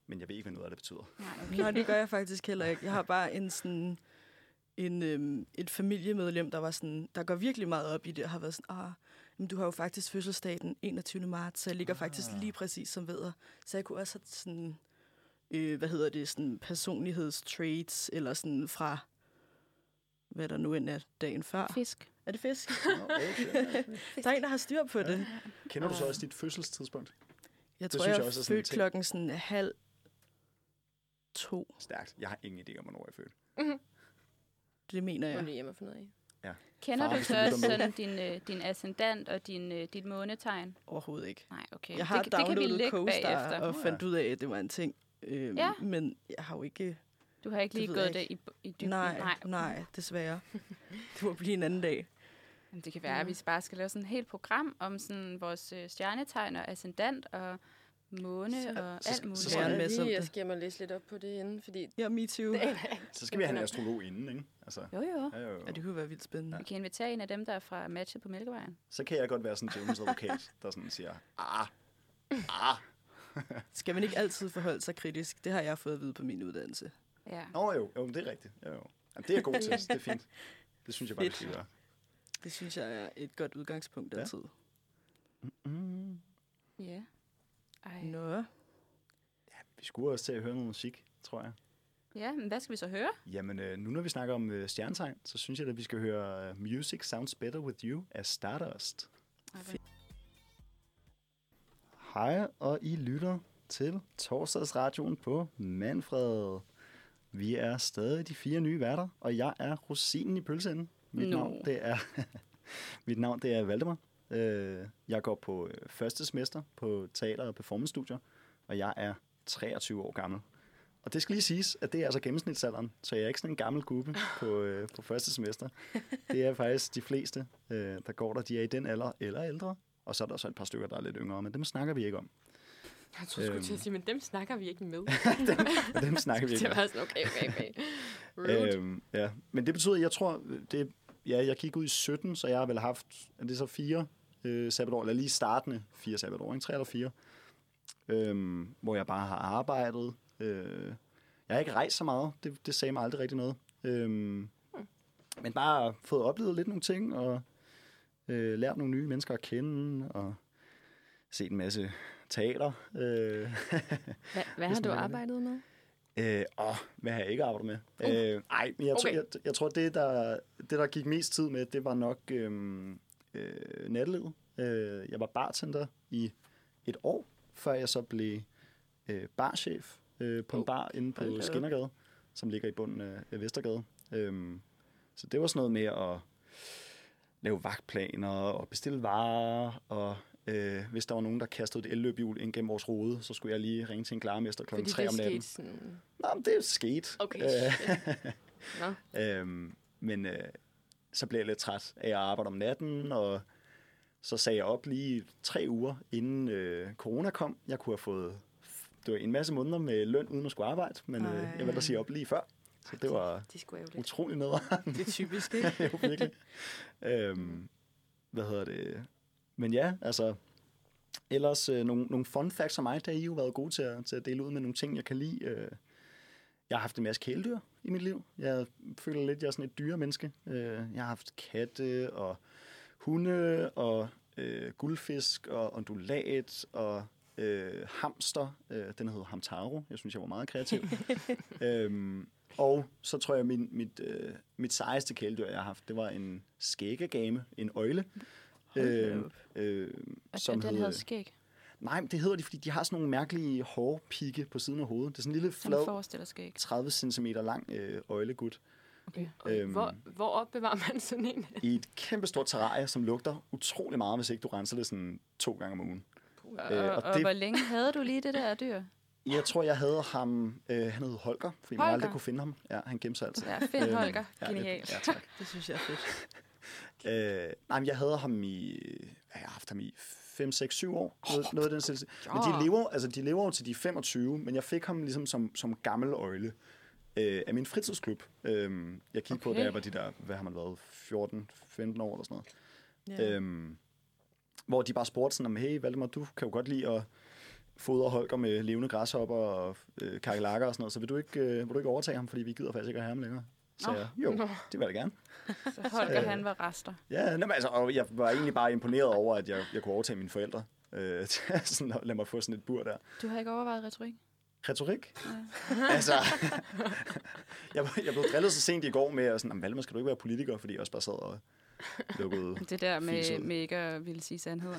Speaker 3: Men jeg ved ikke, hvad noget af det betyder.
Speaker 4: Nej,
Speaker 5: Nej, det gør jeg faktisk heller ikke. Jeg har bare en sådan en, øhm, et familiemedlem, der var sådan, der går virkelig meget op i det, og har været sådan, ah, men du har jo faktisk fødselsdag den 21. marts, så jeg ligger ah. faktisk lige præcis som ved Så jeg kunne også have sådan, øh, hvad hedder det, sådan personlighedstraits, eller sådan fra, hvad der nu end er dagen før.
Speaker 4: Fisk.
Speaker 5: Er det fisk?
Speaker 3: Nå, okay.
Speaker 5: Der er en, der har styr på det.
Speaker 3: Kender du så også dit fødselstidspunkt?
Speaker 5: Jeg tror,
Speaker 3: synes
Speaker 5: jeg,
Speaker 3: jeg
Speaker 5: jeg
Speaker 3: også er
Speaker 5: er
Speaker 3: sådan en
Speaker 5: født
Speaker 3: ting.
Speaker 5: klokken sådan halv to.
Speaker 3: Stærkt. Jeg har ingen idé om, hvornår jeg er født.
Speaker 5: Det mener
Speaker 2: Ja.
Speaker 5: jeg.
Speaker 2: Må du hjemme og finde ud af.
Speaker 4: Kender
Speaker 3: Far,
Speaker 4: du
Speaker 3: hvis
Speaker 4: så
Speaker 3: du lytter
Speaker 4: også
Speaker 3: med.
Speaker 4: sådan din, øh, din ascendant og din, øh, dit månetegn?
Speaker 5: Overhovedet ikke.
Speaker 4: Nej, okay.
Speaker 5: Jeg har
Speaker 4: det, det kan vi
Speaker 5: downloadet
Speaker 4: lægge
Speaker 5: CoStar
Speaker 4: bagefter.
Speaker 5: og fandt ud af, at det var en ting. Øhm,
Speaker 4: Ja.
Speaker 5: ja. Men jeg har jo ikke...
Speaker 4: Du har ikke
Speaker 5: Det
Speaker 4: lige
Speaker 5: ved
Speaker 4: gået
Speaker 5: jeg
Speaker 4: det i, i dybden?
Speaker 5: Nej, nej,
Speaker 4: okay.
Speaker 5: nej, desværre. Det må blive en anden dag.
Speaker 4: Jamen, det kan være, at
Speaker 5: Mm.
Speaker 4: vi bare skal lave sådan et helt program om sådan vores øh, stjernetegn og ascendant og
Speaker 2: Så-
Speaker 4: måne så, og
Speaker 3: så-
Speaker 4: alt
Speaker 3: så-
Speaker 4: muligt.
Speaker 3: så
Speaker 2: Så
Speaker 5: skal
Speaker 2: skal
Speaker 5: jeg
Speaker 2: jeg
Speaker 5: læse om
Speaker 2: lige, jeg
Speaker 5: det.
Speaker 2: skal hjem og læse lidt op på det inden, fordi
Speaker 5: Ja, me too.
Speaker 2: det
Speaker 5: Ja,
Speaker 2: aner jeg ikke.
Speaker 3: Så skal vi have en astrolog inden, ikke? Altså,
Speaker 4: Jo, jo.
Speaker 3: ja, jo, jo.
Speaker 5: det kunne være vildt spændende.
Speaker 4: Vi kan invitere en af dem, der er fra matchet på Mælkevejen.
Speaker 3: Så kan jeg godt være sådan en Jones advokat, der sådan siger, ah, ah.
Speaker 5: Skal man ikke altid forholde sig kritisk? Det har jeg fået at vide på min uddannelse.
Speaker 4: Ja.
Speaker 3: Nå jo, jo men det er rigtigt. Jo, jo. Jamen, det er jeg god til, det er fint. Det synes jeg bare, vi skal gøre.
Speaker 5: Det synes jeg er et godt udgangspunkt
Speaker 3: Ja.
Speaker 5: altid.
Speaker 4: Ja. Ej.
Speaker 5: Nå,
Speaker 3: Vi skulle også til at høre noget musik, tror jeg.
Speaker 4: Ja, men hvad skal vi så høre?
Speaker 3: Jamen, øh, nu når vi snakker om øh, stjernetegn, så synes jeg, at vi skal høre øh, Music Sounds Better With You af Stardust.
Speaker 4: Ej, hvor-
Speaker 3: Hej, og I lytter til torsdagsradioen på Manfred. Vi er stadig de fire nye værter, og jeg er rosinen i pølseenden. Mit,
Speaker 4: Nå.
Speaker 3: navn, det er, mit navn det er Valdemar. Øh, Jeg går på øh, første semester på teater- og performancestudier, og jeg er 23 år gammel. Og det skal lige siges, at det er altså gennemsnitsalderen, så jeg er ikke sådan en gammel gruppe på, øh, på første semester. Det er faktisk de fleste, øh, der går der, de er i den alder eller ældre. Og så er der så et par stykker, der er lidt yngre, men dem snakker vi ikke om.
Speaker 2: Jeg tror sgu
Speaker 3: Øhm.
Speaker 2: til at sige, men dem snakker vi ikke med.
Speaker 3: Og dem snakker vi ikke
Speaker 2: det
Speaker 3: om.
Speaker 2: var sådan, okay, okay, okay. Rude.
Speaker 3: Øhm, ja. Men det betyder, jeg tror, det, ja, jeg gik ud i 17, så jeg har vel haft, er det så fire øh, sabbatår, eller lige startende fire sabbatår, ikke? tre eller fire, øhm, hvor jeg bare har arbejdet. Øh, jeg har ikke rejst så meget, det, det sagde mig aldrig rigtig noget. Øhm, men bare fået oplevet lidt nogle ting, og øh, lært nogle nye mennesker at kende, og set en masse teater. Øh,
Speaker 2: Hva, hvad
Speaker 3: Hvis
Speaker 2: har
Speaker 3: man
Speaker 2: du
Speaker 3: vil det.
Speaker 2: arbejdet med?
Speaker 3: Øh, åh, hvad har jeg ikke arbejdet med? Uh. Øh, ej, men jeg, okay.
Speaker 2: Okay.
Speaker 3: jeg, jeg tror, det der, det, der gik mest tid med, det var nok øhm, øh, nattelivet. Øh, jeg var bartender i et år, før jeg så blev øh, barchef øh, på en bar inde på
Speaker 5: hold da op.
Speaker 3: Skindergade, som ligger i bunden af- af Vestergade. Øhm, så det var sådan noget med at lave vagtplaner og bestille varer, og øh, hvis der var nogen, der kastede et elløbhjul ind gennem vores rode, så skulle jeg lige ringe til en klarmester klokken
Speaker 2: Fordi
Speaker 3: 3
Speaker 2: det
Speaker 3: om natten.
Speaker 2: skete sådan...
Speaker 3: Nå, men det er sket.
Speaker 2: Okay,
Speaker 3: Øh,
Speaker 2: Nå,
Speaker 3: Øhm, men øh, så blev jeg lidt træt af at arbejde om natten, og så sagde jeg op lige tre uger, inden øh, corona kom. Jeg kunne have fået det var en masse måneder med løn uden at skulle arbejde, men øh, jeg valgte at sige op lige før. Så det var
Speaker 2: de skulle ærgerligt.
Speaker 3: utrolig nederen,
Speaker 5: det er typisk, ikke?
Speaker 3: jo virkelig. øhm, hvad hedder det? Men ja, altså... Ellers øh, nogle, nogle fun facts om mig, der har I jo været gode til at, til at dele ud med nogle ting, jeg kan lide. Øh, jeg har haft en masse kæledyr i mit liv. Jeg føler lidt, jeg er sådan et dyremenneske. Øh, jeg har haft katte og hunde og øh, guldfisk og ondulat og øh, Hamster, øh, den hed Hamtaro, jeg synes, jeg var meget kreativ. øhm, og så tror jeg, min, mit, øh, mit sejeste kæledyr, jeg har haft, det var en skæggegame, en øjle. Øh, øh,
Speaker 4: Og den
Speaker 3: hed-
Speaker 4: havde skæg.
Speaker 3: Nej, men det hedder de, fordi de har sådan nogle mærkelige hårpigge på siden af hovedet. Det er sådan en lille
Speaker 4: Som Flad.
Speaker 3: flad,
Speaker 4: forestiller skæg.
Speaker 3: 30 cm lang øh, øjlegut
Speaker 2: Okay.
Speaker 3: Øhm.
Speaker 2: Hvor, hvor opbevarer man sådan en?
Speaker 3: i et kæmpestort terrarie, som lugter utrolig meget, hvis ikke du renser det sådan to gange om ugen.
Speaker 4: Og,
Speaker 3: Øh,
Speaker 4: og,
Speaker 3: og
Speaker 4: og
Speaker 3: det-
Speaker 4: hvor længe havde du lige det der dyr?
Speaker 3: Jeg tror, jeg havde ham... Øh, han hed Holger, fordi Holger. man
Speaker 4: Holger?
Speaker 3: aldrig kunne finde ham. Ja, han gemte sig altid.
Speaker 4: Ja, Finn
Speaker 3: Øhm,
Speaker 4: Holger.
Speaker 3: ja, det-
Speaker 4: Genialt.
Speaker 3: Ja, tak.
Speaker 5: Det synes jeg er fedt.
Speaker 3: Øh, nej, men jeg havde ham i... Hvad har jeg haft ham i? 5, 6, 7 år. Noget, noget af den stil. Men de lever, altså, de lever jo til de er 25, men jeg fik ham ligesom som, som gammel øjle øh, af min fritidsklub. Øh, jeg kiggede okay. på, da
Speaker 4: Okay.
Speaker 3: jeg var de der, hvad har man været, 14, 15 år eller sådan noget.
Speaker 5: Ja.
Speaker 3: Øhm, hvor de bare spurgte sådan, om, hey Valdemar, du kan jo godt lide at fodre Holger med levende græshopper og øh, kakelakker og sådan noget, så vil du, ikke, øh, vil du ikke overtage ham, fordi vi gider faktisk ikke at have ham længere? Så
Speaker 4: Nå.
Speaker 3: jeg, jo, det vil jeg da gerne.
Speaker 4: Så Holger, han var rester.
Speaker 3: Ja, nej, men altså, og jeg var egentlig bare imponeret over, at jeg, jeg kunne overtage mine forældre. Øh, til sådan, at lad mig få sådan et bur der.
Speaker 4: Du har ikke overvejet retorik?
Speaker 3: Retorik? Ja. altså, jeg, var- jeg blev drillet så sent i går med, at sådan, "Jamen, Valdemar, skal du ikke være politiker? Fordi jeg også bare sad og lukkede.
Speaker 4: Det der
Speaker 3: Fis
Speaker 4: med,
Speaker 3: ud.
Speaker 4: med ikke at ville sige sandheder.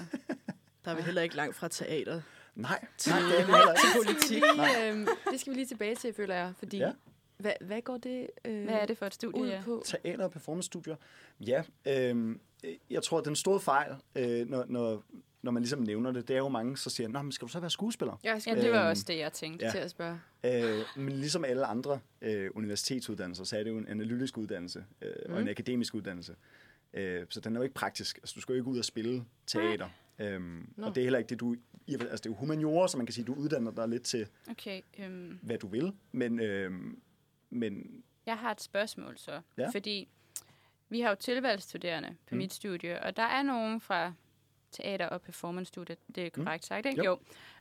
Speaker 5: Der er vi heller ikke langt fra teater.
Speaker 3: Nej, nej, det er det heller ikke.
Speaker 5: Politik.
Speaker 2: Lige, øhm, det skal vi lige tilbage til, føler jeg. Fordi,
Speaker 3: Ja.
Speaker 2: ja. hvad, hvad går det øh,
Speaker 4: Hvad er det for et studie?
Speaker 2: ud
Speaker 4: ja?
Speaker 2: på?
Speaker 3: Teater- og performancestudier. Ja, øhm, øh, jeg tror, at den store fejl, øh, når, når, når man ligesom nævner det, det er jo mange, så siger, Nå, men skal du så være skuespiller?
Speaker 2: Jeg
Speaker 4: Ja,
Speaker 2: skal
Speaker 4: det var
Speaker 3: Øhm,
Speaker 4: også det, jeg tænkte.
Speaker 3: ja.
Speaker 2: ja. til at spørge.
Speaker 3: Øh, men ligesom alle andre øh, universitetsuddannelser, så er det jo en analytisk uddannelse øh, mm. og en akademisk uddannelse. Øh, så den er jo ikke praktisk. Altså, du skal jo ikke ud og spille teater. Øhm,
Speaker 2: Nå.
Speaker 3: og det er heller ikke det, du... i- Altså, det er jo humaniora, så man kan sige, du uddanner dig lidt til,
Speaker 4: Okay, øhm,
Speaker 3: hvad du vil. Men, øhm, men
Speaker 4: jeg har et spørgsmål så.
Speaker 3: Ja.
Speaker 4: Ja. Fordi vi har jo tilvalgsstuderende på
Speaker 3: Mm.
Speaker 4: mm. mit studie, og der er nogen fra teater- og performancestudiet. Det er korrekt mm. sagt, ikke?
Speaker 3: Jo.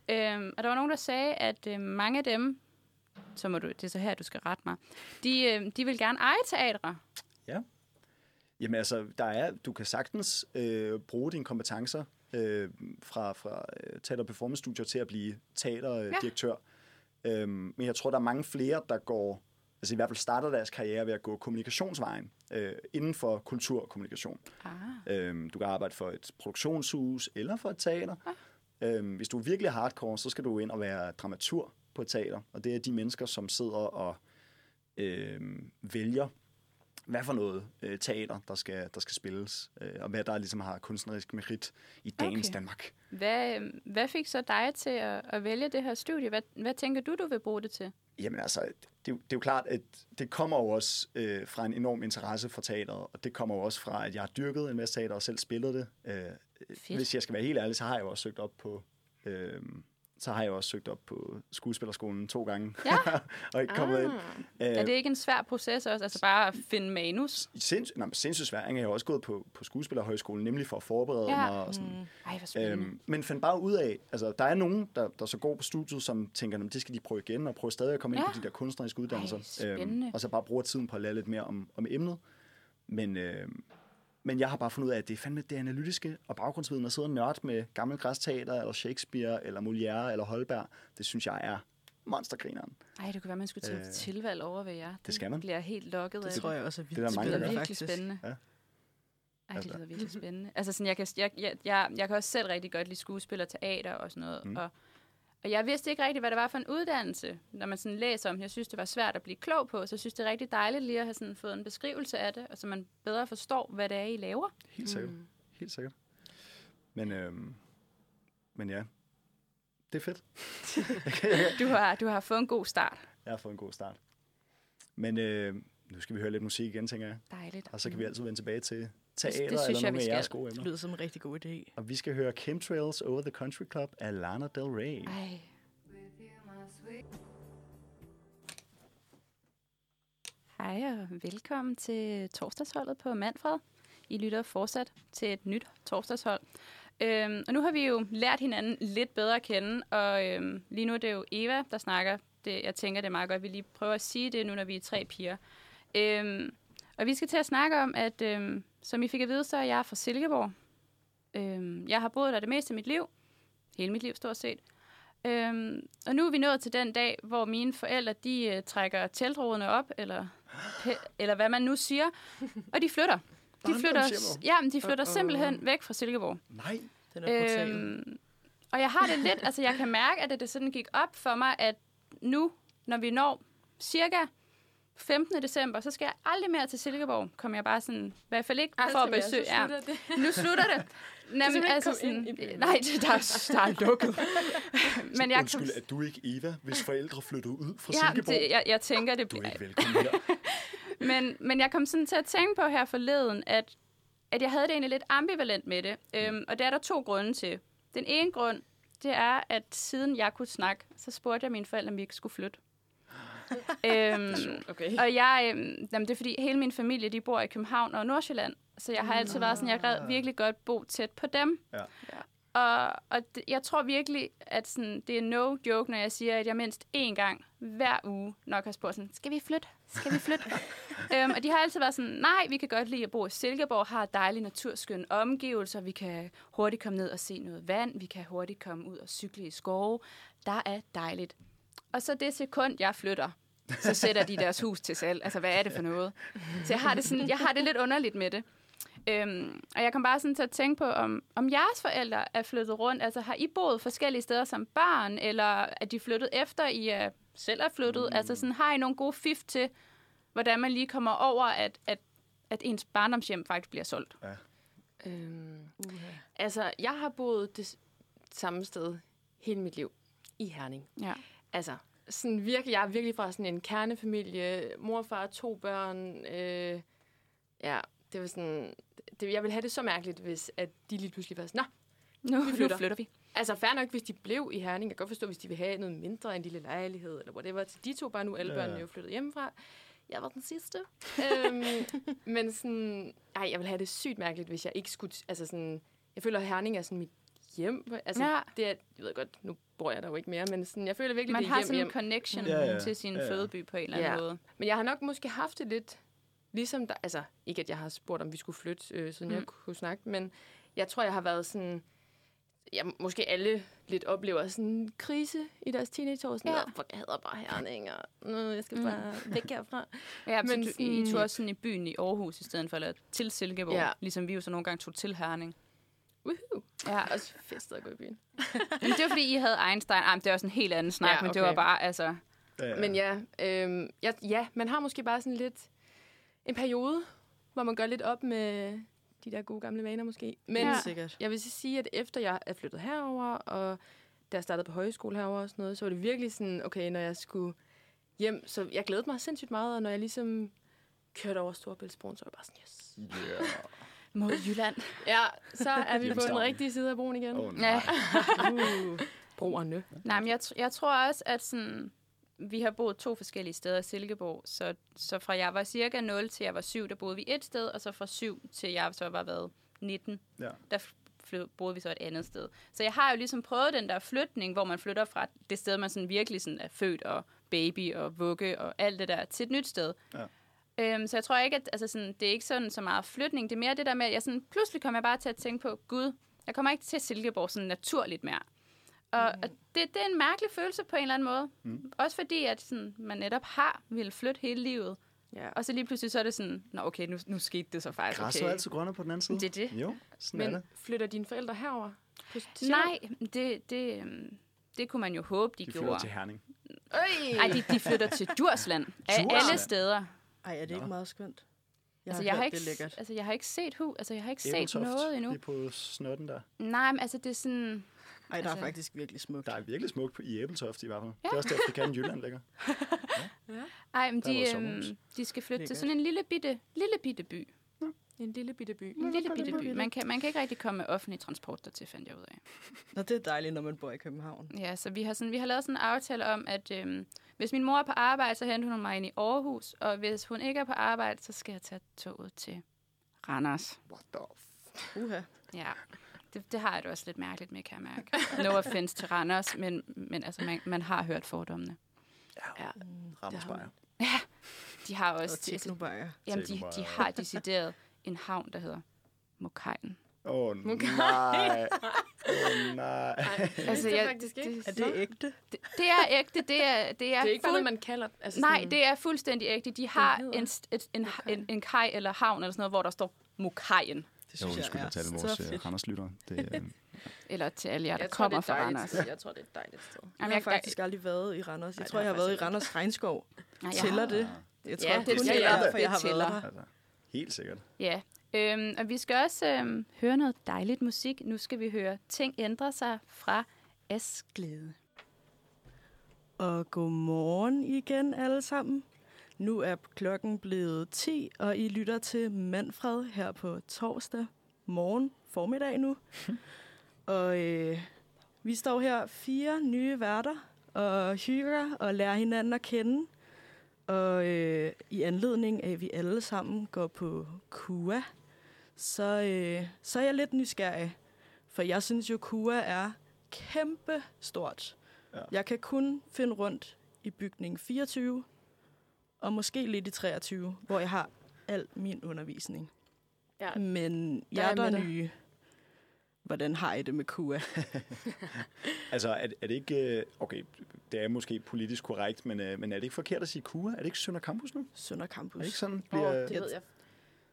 Speaker 4: Jo. jo. Øhm, og der var nogen, der sagde, at øh, mange af dem, så må du, det er så her, du skal rette mig, de, øh, de vil gerne eje teatre.
Speaker 3: Jamen altså, der er, du kan sagtens øh, bruge dine kompetencer øh, fra, fra øh, teater- og performance-studier til at blive teaterdirektør. Ja. Øhm, men jeg tror, der er mange flere, der går, altså i hvert fald starter deres karriere ved at gå kommunikationsvejen øh, inden for kultur og kommunikation.
Speaker 4: Ah.
Speaker 3: Øhm, du kan arbejde for et produktionshus eller for et teater.
Speaker 4: Ah.
Speaker 3: Øhm, hvis du er virkelig hardcore, så skal du ind og være dramatur på et teater. Og det er de mennesker, som sidder og øhm, vælger, hvad for noget øh, teater, der skal, der skal spilles. Øh, og hvad der ligesom har kunstnerisk merit i dagens
Speaker 4: Okay.
Speaker 3: Danmark.
Speaker 4: Hvad, øhm, hvad fik så dig til at, at vælge det her studie? Hvad, hvad tænker du, du vil bruge det til?
Speaker 3: Jamen altså, det, det er jo- det er jo klart, at det kommer jo også øh, fra en enorm interesse for teateret, og det kommer jo også fra, at jeg har dyrket en masse teater og selv spillet det. Øh,
Speaker 4: Fedt.
Speaker 3: hvis jeg skal være helt ærlig, så har jeg jo også søgt op på... Øh, så har jeg jo også søgt op på skuespillerskolen to gange,
Speaker 4: Ja.
Speaker 3: og ikke kommet ah. ind. Øh,
Speaker 4: Er det ikke en svær proces også? Altså bare at finde manus?
Speaker 3: sinds- nej, men sindssygt svært, ikke? jeg har jo også gået på, på skuespillerhøjskolen, nemlig for at forberede
Speaker 4: Ja. Mm.
Speaker 3: mig og sådan,
Speaker 4: Ej, hvor spændende.
Speaker 3: Øhm, men fandt bare ud af, altså der er nogen, der, der så går på studiet, som tænker, "Nå, men det skal de prøve igen, og prøve stadig at komme ja. ind
Speaker 4: Ja.
Speaker 3: på de der kunstneriske uddannelser. Øhm,
Speaker 4: Ej, spændende.
Speaker 3: og så bare bruger tiden på at lære lidt mere om, om emnet. Men, øhm, men jeg har bare fundet ud af, at det er fandme det analytiske og baggrundsviden at sidde og nørde med gammel græsteater, eller Shakespeare, eller Molière, eller Holberg. Det synes jeg er monstergrineren.
Speaker 4: Ej, det kunne være, man skulle tage
Speaker 3: Øh,
Speaker 4: øh, tilvalg over ved jer.
Speaker 3: det skal man.
Speaker 4: bliver helt lukket af
Speaker 5: Det tror jeg også er vildt.
Speaker 3: der er mange, der
Speaker 4: Det
Speaker 3: gør.
Speaker 4: lyder virkelig spændende.
Speaker 5: spændende,
Speaker 3: Ja.
Speaker 4: Ja. Ej, det
Speaker 3: Altså.
Speaker 4: lyder virkelig spændende. Altså sådan, jeg kan, jeg, jeg, jeg, jeg kan også selv rigtig godt lide skuespil og teater og sådan noget. Mm. Og, og jeg vidste ikke rigtig, hvad det var for en uddannelse, når man sådan læser om den. Jeg synes, det var svært at blive klog på, så jeg synes, det er rigtig dejligt lige at have sådan fået en beskrivelse af det, og så man bedre forstår, hvad det er, I laver.
Speaker 3: Helt sikkert. Mm. Helt sikkert. Men, øhm, men ja, det er fedt.
Speaker 4: Du har, du har fået en god start.
Speaker 3: Jeg har fået en god start. Men øh, nu skal vi høre lidt musik igen, tænker jeg.
Speaker 4: Dejligt.
Speaker 3: Og så kan vi altid vende tilbage til teater
Speaker 4: Mm. det
Speaker 3: eller
Speaker 4: synes
Speaker 3: nogle
Speaker 4: jeg, vi
Speaker 3: af jeres
Speaker 4: skal.
Speaker 3: gode
Speaker 5: Det
Speaker 3: emner.
Speaker 5: lyder som en rigtig god idé.
Speaker 3: Og vi skal høre Chemtrails Over the Country Club af Lana Del Rey.
Speaker 4: Ej. Hej og velkommen til torsdagsholdet på Manfred. I lytter fortsat til et nyt torsdagshold. Øhm, og nu har vi jo lært hinanden lidt bedre at kende, og øhm, lige nu er det jo Eva, der snakker. Det, jeg tænker, det er meget godt, at vi lige prøver at sige det nu, når vi er tre piger. Øhm, og vi skal til at snakke om, at øhm, som I fik at vide, så er jeg fra Silkeborg. Øhm, jeg har boet der det meste af mit liv. Hele mit liv, stort set. Øhm, og nu er vi nået til den dag, hvor mine forældre, de øh, trækker teltrådene op, eller, pe- eller hvad man nu siger, og de flytter. De flytter,
Speaker 3: Barndomshjemmet.
Speaker 4: ja, men de flytter
Speaker 5: Uh-oh.
Speaker 4: simpelthen væk fra Silkeborg.
Speaker 3: Nej,
Speaker 5: Den er brutal.
Speaker 4: Øhm, og jeg har det lidt, altså jeg kan mærke, at det, det sådan gik op for mig, at nu, når vi når cirka 15. december, så skal jeg aldrig mere til Silkeborg, kom jeg bare sådan, i hvert fald ikke for at besøge. Ja,
Speaker 2: det.
Speaker 4: nu slutter det. Jamen,
Speaker 2: simpelthen
Speaker 4: altså
Speaker 2: ikke komme
Speaker 4: sådan,
Speaker 2: ind i byen.
Speaker 4: nej, det, der, er, der er lukket. Men jeg,
Speaker 3: undskyld, er du ikke Eva, hvis forældre flyttede ud fra
Speaker 4: ja,
Speaker 3: Silkeborg?
Speaker 4: det, jeg, jeg tænker, det
Speaker 3: Du er ikke velkommen her.
Speaker 4: men, men jeg kom sådan til at tænke på her forleden, at, at jeg havde det egentlig lidt ambivalent med det. Øhm, og det er der to grunde til. Den ene grund, det er, at siden jeg kunne snakke, så spurgte jeg mine forældre, om vi ikke skulle flytte. øhm,
Speaker 5: Okay.
Speaker 4: og jeg, øhm, jamen det er fordi, hele min familie, de bor i København og Nordsjælland. Så jeg har altid været sådan, jeg gad virkelig godt bo tæt på dem.
Speaker 3: Ja.
Speaker 4: Og, og det, jeg tror virkelig, at sådan, det er no joke, når jeg siger, at jeg mindst én gang hver uge nok har spurgt sådan, skal vi flytte? Skal vi flytte? øhm, og de har altid været sådan, nej, vi kan godt lide at bo i Silkeborg, har dejlige naturskønne omgivelser, vi kan hurtigt komme ned og se noget vand, vi kan hurtigt komme ud og cykle i skove. Der er dejligt. Og så det sekund, jeg flytter, så sætter de deres hus til salg. Altså, hvad er det for noget? Så jeg har det, sådan, jeg har det lidt underligt med det. Øhm, og jeg kom bare sådan til at tænke på, om, om jeres forældre er flyttet rundt. Altså har I boet forskellige steder som barn, eller er de flyttet efter, I er selv er flyttet? Mm. Altså sådan, har I nogle gode fif til, hvordan man lige kommer over, at, at, at ens barndomshjem faktisk bliver solgt?
Speaker 2: Øhm, altså, jeg har boet det s- samme sted hele mit liv. I Herning.
Speaker 4: Ja.
Speaker 2: Altså, sådan virkelig, jeg er virkelig fra sådan en kernefamilie. Mor, far, to børn. Øh, ja, det var sådan... Det, jeg ville have det så mærkeligt, hvis at de lige pludselig var sådan, Nå,
Speaker 4: Nu,
Speaker 2: Vi flytter.
Speaker 4: nu flytter vi.
Speaker 2: altså fair nok, hvis de blev i Herning. Jeg kan godt forstå, hvis de vil have noget mindre, en lille lejlighed, eller whatever. Til de to bare nu, er alle
Speaker 3: Ja, ja.
Speaker 2: børnene jo flyttet hjemmefra. Jeg var den sidste. øhm, men sådan, ej, jeg ville have det sygt mærkeligt, hvis jeg ikke skulle, t- altså sådan, jeg føler, at Herning er sådan mit hjem. Altså,
Speaker 4: Ja.
Speaker 2: ja. det er, jeg ved godt, nu bor jeg der jo ikke mere, men sådan, jeg føler virkelig,
Speaker 4: Man
Speaker 2: det er
Speaker 4: har
Speaker 2: hjem,
Speaker 4: sådan en
Speaker 2: hjem.
Speaker 4: connection
Speaker 3: Ja, ja.
Speaker 4: til sin
Speaker 3: Ja, ja.
Speaker 4: fødeby på en eller anden
Speaker 2: Ja.
Speaker 4: måde.
Speaker 2: Men jeg har nok måske haft det lidt, ligesom der, altså ikke at jeg har spurgt, om vi skulle flytte, øh, siden mm. jeg kunne snakke, men jeg tror, jeg har været sådan, ja, måske alle lidt oplever sådan en krise i deres teenageår, sådan,
Speaker 4: Ja. Mm.
Speaker 2: ja. fuck, jeg hader bare herning, og nu, jeg skal bare væk herfra.
Speaker 4: Ja, men
Speaker 2: Men
Speaker 4: så du, I
Speaker 2: sådan-
Speaker 4: tog også sådan i byen i Aarhus i stedet for, eller til Silkeborg, ja.
Speaker 2: Ja.
Speaker 4: ligesom vi jo så nogle gange tog til Herning.
Speaker 2: Woohoo.
Speaker 4: Ja,
Speaker 2: Jeg har også festet at gå i byen.
Speaker 4: Jamen, det var fordi, I havde Einstein. Ah, men det var sådan en helt anden snak, ja,
Speaker 2: Ja,
Speaker 4: okay. men det
Speaker 2: okay.
Speaker 4: var bare, altså...
Speaker 3: Ja, ja.
Speaker 2: Men ja, øhm, ja, ja, man har måske bare sådan lidt en periode, hvor man gør lidt op med de der gode gamle vaner måske. Men
Speaker 4: Ja.
Speaker 2: ja.
Speaker 5: Helt sikkert.
Speaker 2: Jeg vil så sige, at efter jeg er flyttet herover og da jeg startede på højskole herover og sådan noget, så var det virkelig sådan, okay, når jeg skulle hjem, så jeg glædede mig sindssygt meget, og når jeg ligesom kørte over Storebæltsbroen, så var jeg bare sådan, yes.
Speaker 3: Yeah.
Speaker 4: Mod Jylland.
Speaker 2: Ja, så er vi på den
Speaker 3: Hjemstavn.
Speaker 2: rigtige side af broen igen.
Speaker 3: Oh, nej.
Speaker 4: Ja.
Speaker 2: Uh, broerne.
Speaker 4: Nej, men jeg, tr- jeg tror også, at sådan, vi har boet to forskellige steder i Silkeborg, så, så fra jeg var cirka 0 til jeg var 7, der boede vi et sted, og så fra 7 til jeg så var været 19,
Speaker 3: Ja.
Speaker 4: der fly, boede vi så et andet sted. Så jeg har jo ligesom prøvet den der flytning, hvor man flytter fra det sted, man sådan virkelig sådan er født og baby og vugge og alt det der, til et nyt sted.
Speaker 3: Ja.
Speaker 4: Øhm, så jeg tror ikke, at altså sådan, det er ikke sådan så meget flytning. Det er mere det der med, at jeg sådan, pludselig kommer jeg bare til at tænke på, gud, jeg kommer ikke til Silkeborg sådan naturligt mere. Og, mm. og det, det er en mærkelig følelse på en eller anden måde. Mm. Også fordi, at sådan, man netop har ville flytte hele livet.
Speaker 2: Ja.
Speaker 4: Og så lige pludselig så er det sådan, nå okay, nu, nu skete det så faktisk.
Speaker 3: Græsset er
Speaker 4: okay.
Speaker 3: altid grønnere på den anden side.
Speaker 4: Det er det.
Speaker 3: Jo, sådan er
Speaker 2: Men
Speaker 3: det.
Speaker 2: flytter dine forældre herover? På- til Sjælland?
Speaker 4: Nej, det, det, øhm, det kunne man jo håbe, de,
Speaker 3: De
Speaker 4: de
Speaker 3: flytter
Speaker 4: gjorde.
Speaker 3: til Herning.
Speaker 4: Ej, de, de flytter til Djursland. Af alle
Speaker 3: Djursland?
Speaker 4: steder.
Speaker 5: Ej, er det ikke meget skønt? Jeg
Speaker 4: Altså,
Speaker 5: har
Speaker 4: jeg har,
Speaker 5: hørt,
Speaker 4: ikke,
Speaker 5: det er lækkert.
Speaker 4: altså, jeg har ikke set hu, altså, jeg har ikke set
Speaker 3: Ebeltoft,
Speaker 4: noget endnu.
Speaker 3: Lige på snotten der.
Speaker 4: Nej, men altså, det er sådan...
Speaker 5: Ej, der er
Speaker 4: altså-
Speaker 5: faktisk virkelig smukt.
Speaker 3: Der er virkelig smukt på, i Æbeltoft i hvert fald. Det er også derfor, de kan Jylland lækker.
Speaker 4: Ej, men
Speaker 3: Der er
Speaker 4: de,
Speaker 3: vores sommerhus.
Speaker 4: øhm, de skal flytte til
Speaker 5: Lækkert.
Speaker 4: sådan en lille bitte, lille bitte by.
Speaker 2: En lille bitte by.
Speaker 4: En lille bitte by. Man kan, man kan ikke rigtig komme med offentlig transport dertil, fandt jeg ud af.
Speaker 5: Nå, det er dejligt, når man bor i København.
Speaker 4: Ja, så vi har, sådan, vi har lavet sådan en aftale om, at øhm, hvis min mor er på arbejde, så henter hun mig ind i Aarhus, og hvis hun ikke er på arbejde, så skal jeg tage toget til Randers.
Speaker 3: What the f-
Speaker 5: Uha.
Speaker 4: Ja, det, det har jeg det også lidt mærkeligt med, kan jeg mærke. No offense til Randers, men, men altså, man, man har hørt fordommene.
Speaker 2: Ja.
Speaker 3: Rammersbejer.
Speaker 4: De har også...
Speaker 5: Og
Speaker 4: de- altså,
Speaker 5: teknobajer.
Speaker 4: Jamen, de,
Speaker 3: Teknobajer,
Speaker 4: de
Speaker 3: ja.
Speaker 4: har decideret en havn, der hedder Mokajnen.
Speaker 3: Åh, oh, nej. Åh, nej.
Speaker 2: Altså,
Speaker 4: Altså,
Speaker 2: det er
Speaker 4: jeg-
Speaker 2: faktisk ikke. Det,
Speaker 5: Er det ægte?
Speaker 4: Det, det er ægte. Det er, det er,
Speaker 2: det er ikke bare
Speaker 4: fuld-
Speaker 2: noget, man kalder. Altså,
Speaker 4: Nej,
Speaker 2: sådan-
Speaker 4: det er fuldstændig ægte. De har
Speaker 2: hedder
Speaker 4: en, st- et, en, en, en kaj eller havn eller sådan noget, hvor der står Mokajen.
Speaker 5: Det
Speaker 3: Jeg undskylder til alle vores øh,
Speaker 5: fedt.
Speaker 3: Randers-lyttere. Det, øh,
Speaker 4: Eller til alle jer, der
Speaker 2: Jeg tror, det
Speaker 4: kommer
Speaker 2: er
Speaker 4: fra Randers.
Speaker 2: dejligt. Jeg tror, det er et dejligt sted.
Speaker 5: Jeg
Speaker 4: Jamen,
Speaker 5: har
Speaker 4: jeg, jeg,
Speaker 5: faktisk aldrig været i Randers. Jeg
Speaker 2: det
Speaker 5: tror,
Speaker 2: har
Speaker 5: jeg har været i
Speaker 2: jeg faktisk
Speaker 5: Randers Regnskov.
Speaker 4: nej, jeg
Speaker 5: Tæller
Speaker 4: har-
Speaker 5: det? Jeg tror,
Speaker 2: Ja,
Speaker 5: kun
Speaker 2: det
Speaker 5: det
Speaker 2: tæller.
Speaker 5: er derfor, jeg
Speaker 4: Det
Speaker 5: har
Speaker 4: tæller.
Speaker 5: været her.
Speaker 3: altså, helt sikkert.
Speaker 4: Ja, øhm, og vi skal også øhm, høre noget dejligt musik. Nu skal vi høre Ting ændrer sig fra Asglæde.
Speaker 5: Og godmorgen igen alle sammen. Nu er klokken blevet 10, og I lytter til Manfred her på torsdag morgen formiddag nu. og øh, vi står her fire nye værter og hygger og lærer hinanden at kende. Og øh, i anledning af, at vi alle sammen går på KUA, så, øh, så er jeg lidt nysgerrig. For jeg synes jo, KUA er kæmpe stort. Jeg kan kun finde rundt i bygning 24, og måske lidt i 23, hvor jeg har al min undervisning.
Speaker 2: Ja,
Speaker 5: Men
Speaker 2: er
Speaker 5: jeg er
Speaker 2: jeg med
Speaker 5: der
Speaker 2: dig.
Speaker 5: nye. Hvordan har I det med KUA?
Speaker 3: Altså, er, er det ikke... øh, Okay, det er måske politisk korrekt, men, øh, men er det ikke forkert at sige kua? Er det ikke Sønder Campus nu?
Speaker 5: Sønder
Speaker 3: Er det ikke
Speaker 5: Campus.
Speaker 3: sådan?
Speaker 2: Åh,
Speaker 3: Bliver,
Speaker 2: det ved jeg.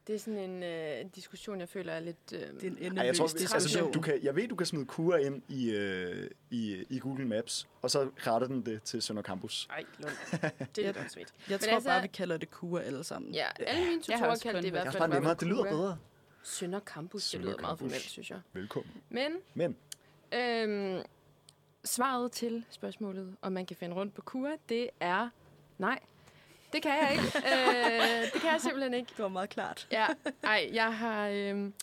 Speaker 2: Det er sådan en øh, en diskussion, jeg føler er lidt... Øh,
Speaker 5: Det er en
Speaker 3: Ej, jeg,
Speaker 5: endeløs
Speaker 3: tror, vi- altså,
Speaker 5: diskussion.
Speaker 3: du kan, jeg ved, du kan smide kua ind i, øh, i, i Google Maps, og så retter den det til Sønder Campus.
Speaker 2: Ej, Lund. Det er lidt åndssvigt.
Speaker 5: Jeg
Speaker 2: Men
Speaker 5: tror
Speaker 2: altså-
Speaker 5: bare, vi kalder det KUA alle sammen.
Speaker 2: Ja, alle mine
Speaker 4: Jeg har
Speaker 2: tutorer
Speaker 4: også
Speaker 2: kaldte
Speaker 4: kun
Speaker 2: det i
Speaker 4: hørt-
Speaker 2: hvert
Speaker 3: Jeg
Speaker 2: fald...
Speaker 3: er bare
Speaker 2: bare
Speaker 3: nemmere, det lyder
Speaker 2: Kua.
Speaker 3: bedre.
Speaker 2: Sønder Campus, det
Speaker 3: Sønder
Speaker 2: lyder meget
Speaker 3: Campus.
Speaker 2: formelt, synes jeg.
Speaker 3: Velkommen.
Speaker 2: Men
Speaker 3: Men
Speaker 2: Øhm, svaret til spørgsmålet, om man kan finde rundt på KUA, det er nej. Det kan jeg ikke. øh, det kan jeg simpelthen ikke.
Speaker 5: Det var meget klart.
Speaker 2: Ja, ej, jeg har... Øhm,